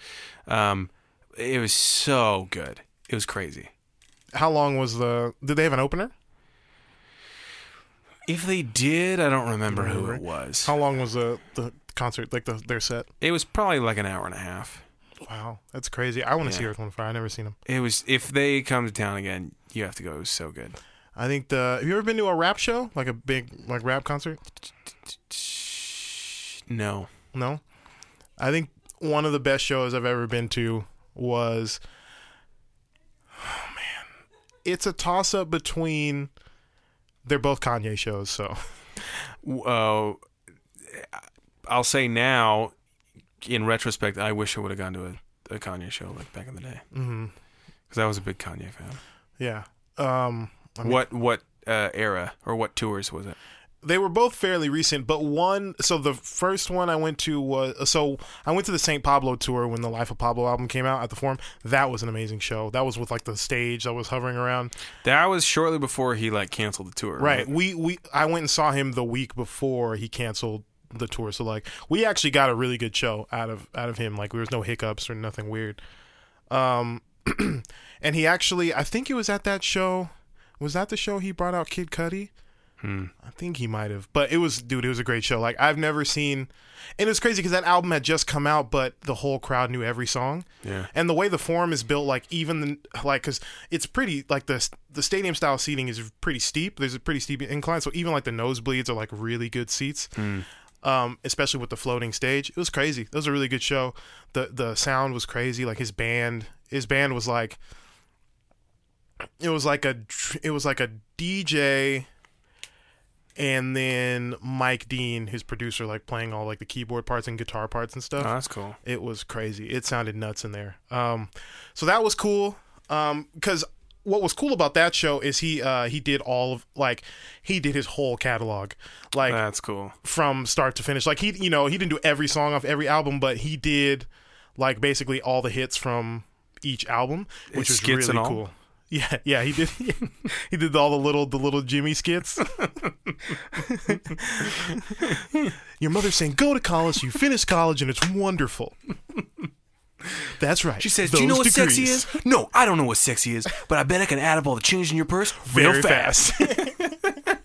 Um, it was so good. It was crazy. How long was the? Did they have an opener? If they did, I don't remember who it was. How long was the the concert? Like the their set? It was probably like an hour and a half. Wow, that's crazy. I want to see Yeah. Earth Wind and Fire. I never seen them. It was. If they come to town again, you have to go. It was so good. I think the. Have you ever been to a rap show? Like a big like rap concert? No. No. I think one of the best shows I've ever been to was. Oh man, it's a toss up between. They're both Kanye shows, so (laughs) uh, I'll say now, in retrospect, I wish I would have gone to a, a Kanye show like back in the day mm-hmm. because I was a big Kanye fan. yeah. Um, I mean- what what uh, era or what tours was it? they were both fairly recent, but one. So the first one I went to was so I went to the St. Pablo tour when the Life of Pablo album came out at the Forum. That was an amazing show. That was with like the stage that was hovering around. That was shortly before he like canceled the tour. Right. We we I went and saw him the week before he canceled the tour. So like we actually got a really good show out of out of him. Like there was no hiccups or nothing weird. Um, (clears throat) and he actually I think it was at that show. Was that the show he brought out Kid Cudi? I think he might have, but it was, dude, it was a great show. Like I've never seen, and it was crazy because that album had just come out, but the whole crowd knew every song. Yeah. And the way the forum is built, like even the, like, because it's pretty like the the stadium style seating is pretty steep. There's a pretty steep incline, so even like the nosebleeds are like really good seats. Um, especially with the floating stage, it was crazy. It was a really good show. the The sound was crazy. Like his band, his band was like, it was like a, dr- it was like a DJ and then Mike Dean, his producer, like playing all like the keyboard parts and guitar parts and stuff. Oh, that's cool. It was crazy. It sounded nuts in there. Um, so that was cool. Um, because what was cool about that show is he uh he did all of like he did his whole catalog like That's cool. from start to finish. Like he, you know, he didn't do every song off every album, but he did like basically all the hits from each album, which was skits really and all? cool. Yeah, yeah, he did. (laughs) he did all the little the little Jimmy (laughs) skits. Your mother's saying, "Go to college. You finish college, and it's wonderful." That's right. She says, "Do you know what sexy is?" No, I don't know what sexy is, but I bet I can add up all the change in your purse real Very fast. fast.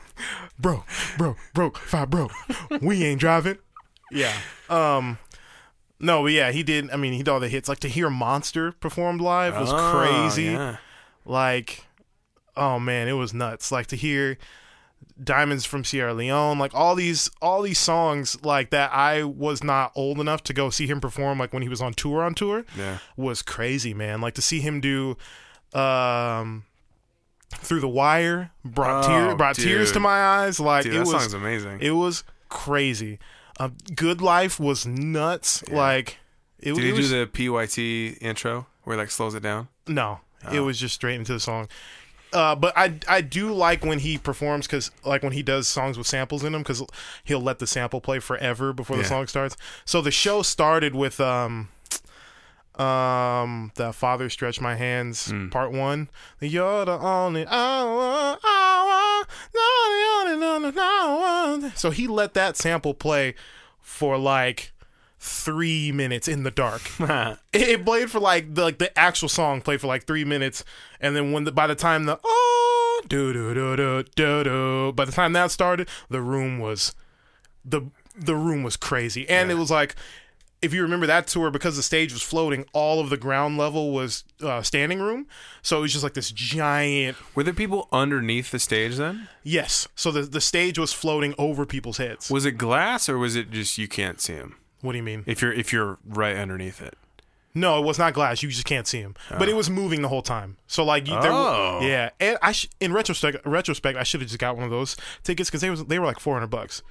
(laughs) bro, bro, bro, five, bro. We ain't driving. Yeah. Um. No, but yeah, he did. I mean, he did all the hits. Like to hear Monster performed live was Oh, crazy. yeah. Like, oh man, it was nuts. Like to hear Diamonds from Sierra Leone, like all these all these songs like that. I was not old enough to go see him perform. Like when he was on tour on tour Yeah. was crazy, man. Like to see him do um through the wire brought Oh, tears brought tears dude. to my eyes. Like Dude, it that was song's amazing. it was crazy. Uh, Good Life was nuts. Like it, Did it he was do the PYT intro where he like slows it (laughs) down? no. It was just straight into the song. Uh, but I I do like when he performs because like when he does songs with samples in them because he'll let the sample play forever before the Yeah. song starts. So the show started with um um the father stretch my hands part one. You're the only hour, hour, not the only no, no, no one. So he let that sample play for like three minutes in the dark it, it played for like the like the actual song played for like three minutes, and then when the, by the time the oh do do do do do do by the time that started, the room was the the room was crazy, and it was like if you remember that tour because the stage was floating, all of the ground level was uh, standing room, so it was just like this giant Were there people underneath the stage then? yes. So the the stage was floating over people's heads. Was it glass or was it just you can't see him What do you mean? if you're if you're right underneath it? No, it was not glass. You just can't see him. But it was moving the whole time. So like, you, there, Ah. Oh. yeah. And I sh- in retrospect, retrospect, I should have just got one of those tickets because they was they were like four hundred bucks,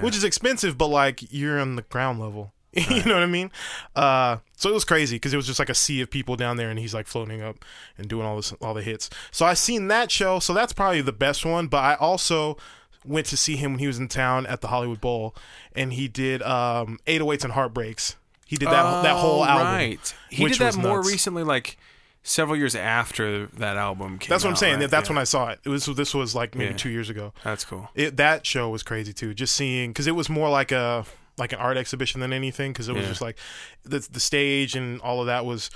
which is expensive. But like, you're on the ground level. (laughs) you know what I mean? Uh, so it was crazy because it was just like a sea of people down there, and he's like floating up and doing all this all the hits. So I seen that show. So that's probably the best one. But I also went to see him when he was in town at the Hollywood Bowl, and he did um, 808s and Heartbreaks. He did that that whole Oh, album. Right. He which did that was more nuts. recently, like several years after that album came. That's what I'm out, saying. right? That's Yeah. when I saw it. It was this was like maybe Yeah. two years ago. That's cool. It that show was crazy too. Just seeing because it was more like a like an art exhibition than anything because it was Yeah. just like the the stage and all of that was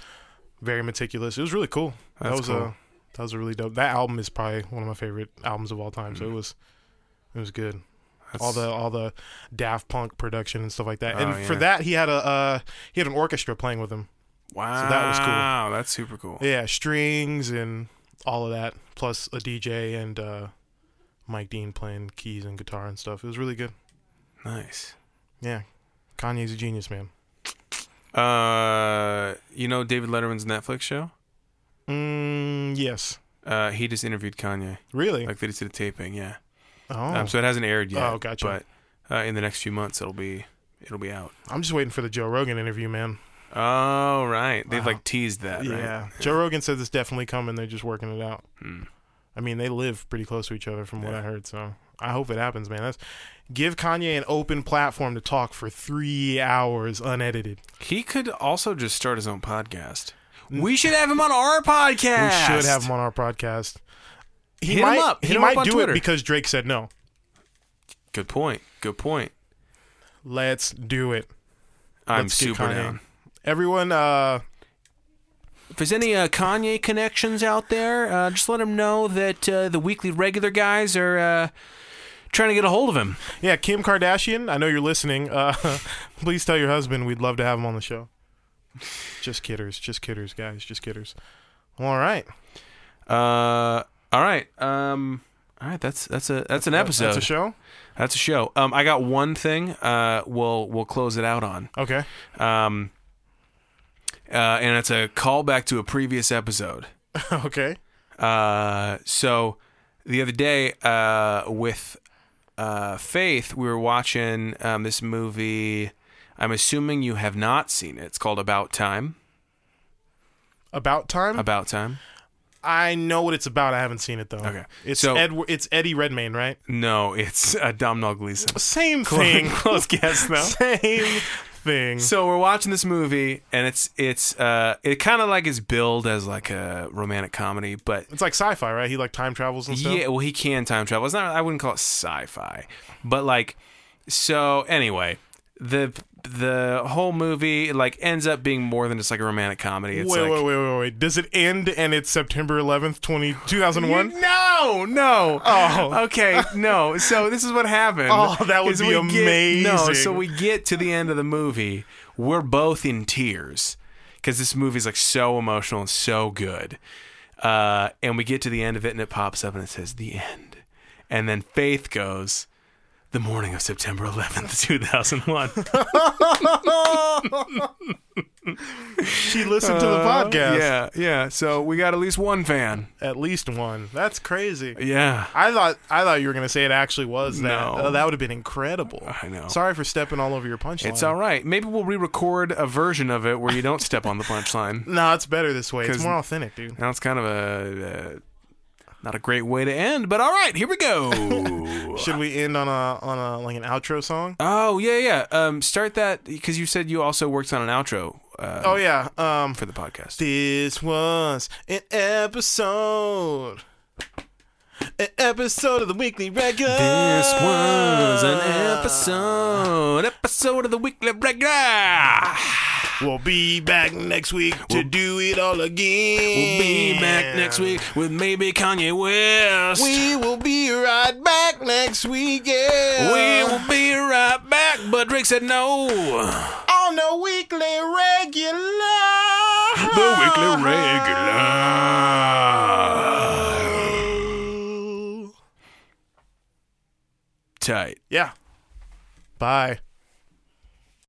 very meticulous. It was really cool. that That's was uh, cool. a that was a really dope. That album is probably one of my favorite albums of all time. So it was it was good. Mm-hmm. That's, All the all the Daft Punk production and stuff like that. and Oh, for yeah. that he had a uh, he had an orchestra playing with him. wow. that was cool. Wow, that's super cool. Yeah, strings and all of that, plus a DJ and uh, Mike Dean playing keys and guitar and stuff. It was really good. Nice. Yeah, Kanye's a genius, man. Uh, you know David Letterman's Netflix show? Mm, yes, Uh, he just interviewed Kanye. really. Like they just did a taping, yeah. oh, Um, so it hasn't aired yet. Oh, gotcha. But uh, in the next few months, it'll be it'll be out. I'm just waiting for the Joe Rogan interview, man. Oh, right. They've Wow. like teased that, right? Yeah, Joe Rogan says it's definitely coming. They're just working it out. Hmm. I mean, they live pretty close to each other, from what Yeah. I heard. So I hope it happens, man. That's give Kanye an open platform to talk for three hours unedited. He could also just start his own podcast. We should have him on our podcast. Mm. We should have him on our podcast. He Hit him might, up. He Hit him might up on do it Twitter. because Drake said no. Good point. Good point. Let's do it. I'm Let's get super Kanye. down. Everyone, uh, If there's any uh, Kanye connections out there, uh, just let him know that uh, the weekly regular guys are uh, trying to get a hold of him. Yeah, Kim Kardashian, I know you're listening. Uh, (laughs) please tell your husband we'd love to have him on the show. Just kidders, just kidders, guys, just kidders. All right, Uh, all right. Um, all right. That's that's a that's an episode. that's a show. That's a show. Um, I got one thing. Uh, we'll we'll close it out on. Okay, (laughs) Um, uh, and it's a callback to a previous episode. okay. Uh, so the other day uh, with uh, Faith, we were watching um, this movie. I'm assuming you have not seen it. It's called About Time. About time. About Time. I know what it's about. I haven't seen it though. Okay. it's So- Ed. It's Eddie Redmayne, right? No, it's uh, Domhnall Gleeson. (laughs) Same (laughs) thing. Close guess (laughs) though. Same thing. So we're watching this movie, and it's it's uh it kind of like is billed as like a romantic comedy, but It's like sci-fi, right? He like time travels and stuff. yeah, well he can time travel. It's not I wouldn't call it sci-fi, but like so anyway, the the whole movie like ends up being more than just like a romantic comedy. It's Wait, like wait, wait, wait, wait. Does it end and it's September 11th, 20, 2001? (laughs) No, no. Oh. okay, no. So this is what happened. Oh, that would is be we get- no, amazing. so we get to the end of the movie. We're both in tears because this movie's like so emotional and so good. Uh, and we get to the end of it, and it pops up and it says the end. And then Faith goes, "The morning of September (laughs) 11th, (laughs) 2001." She listened to the Uh, podcast. Yeah, yeah. So we got at least one fan. At least one. That's crazy. Yeah. I thought I thought you were gonna say it actually was that. No. Oh, that would have been incredible. I know. Sorry for stepping all over your punchline. It's all right. Maybe we'll re-record a version of it where you don't step on the punchline. (laughs) No, it's better this way. It's 'Cause- more authentic, dude. Now it's kind of a uh, not a great way to end, but all right, here we (laughs) go. Should we end on a on a like an outro song? oh yeah, yeah. Um, start that because you said you also worked on an outro uh, Oh yeah. Um, for the podcast. This was an episode. An episode of the weekly regular. This was an Ah. episode, episode of the weekly regular. We'll be back next week to do it all again. We'll be back next week with maybe Kanye West. We will be right back next week. Yeah. We will be right back, but Drake said no. on the weekly regular. regular. Tight. Yeah. Bye.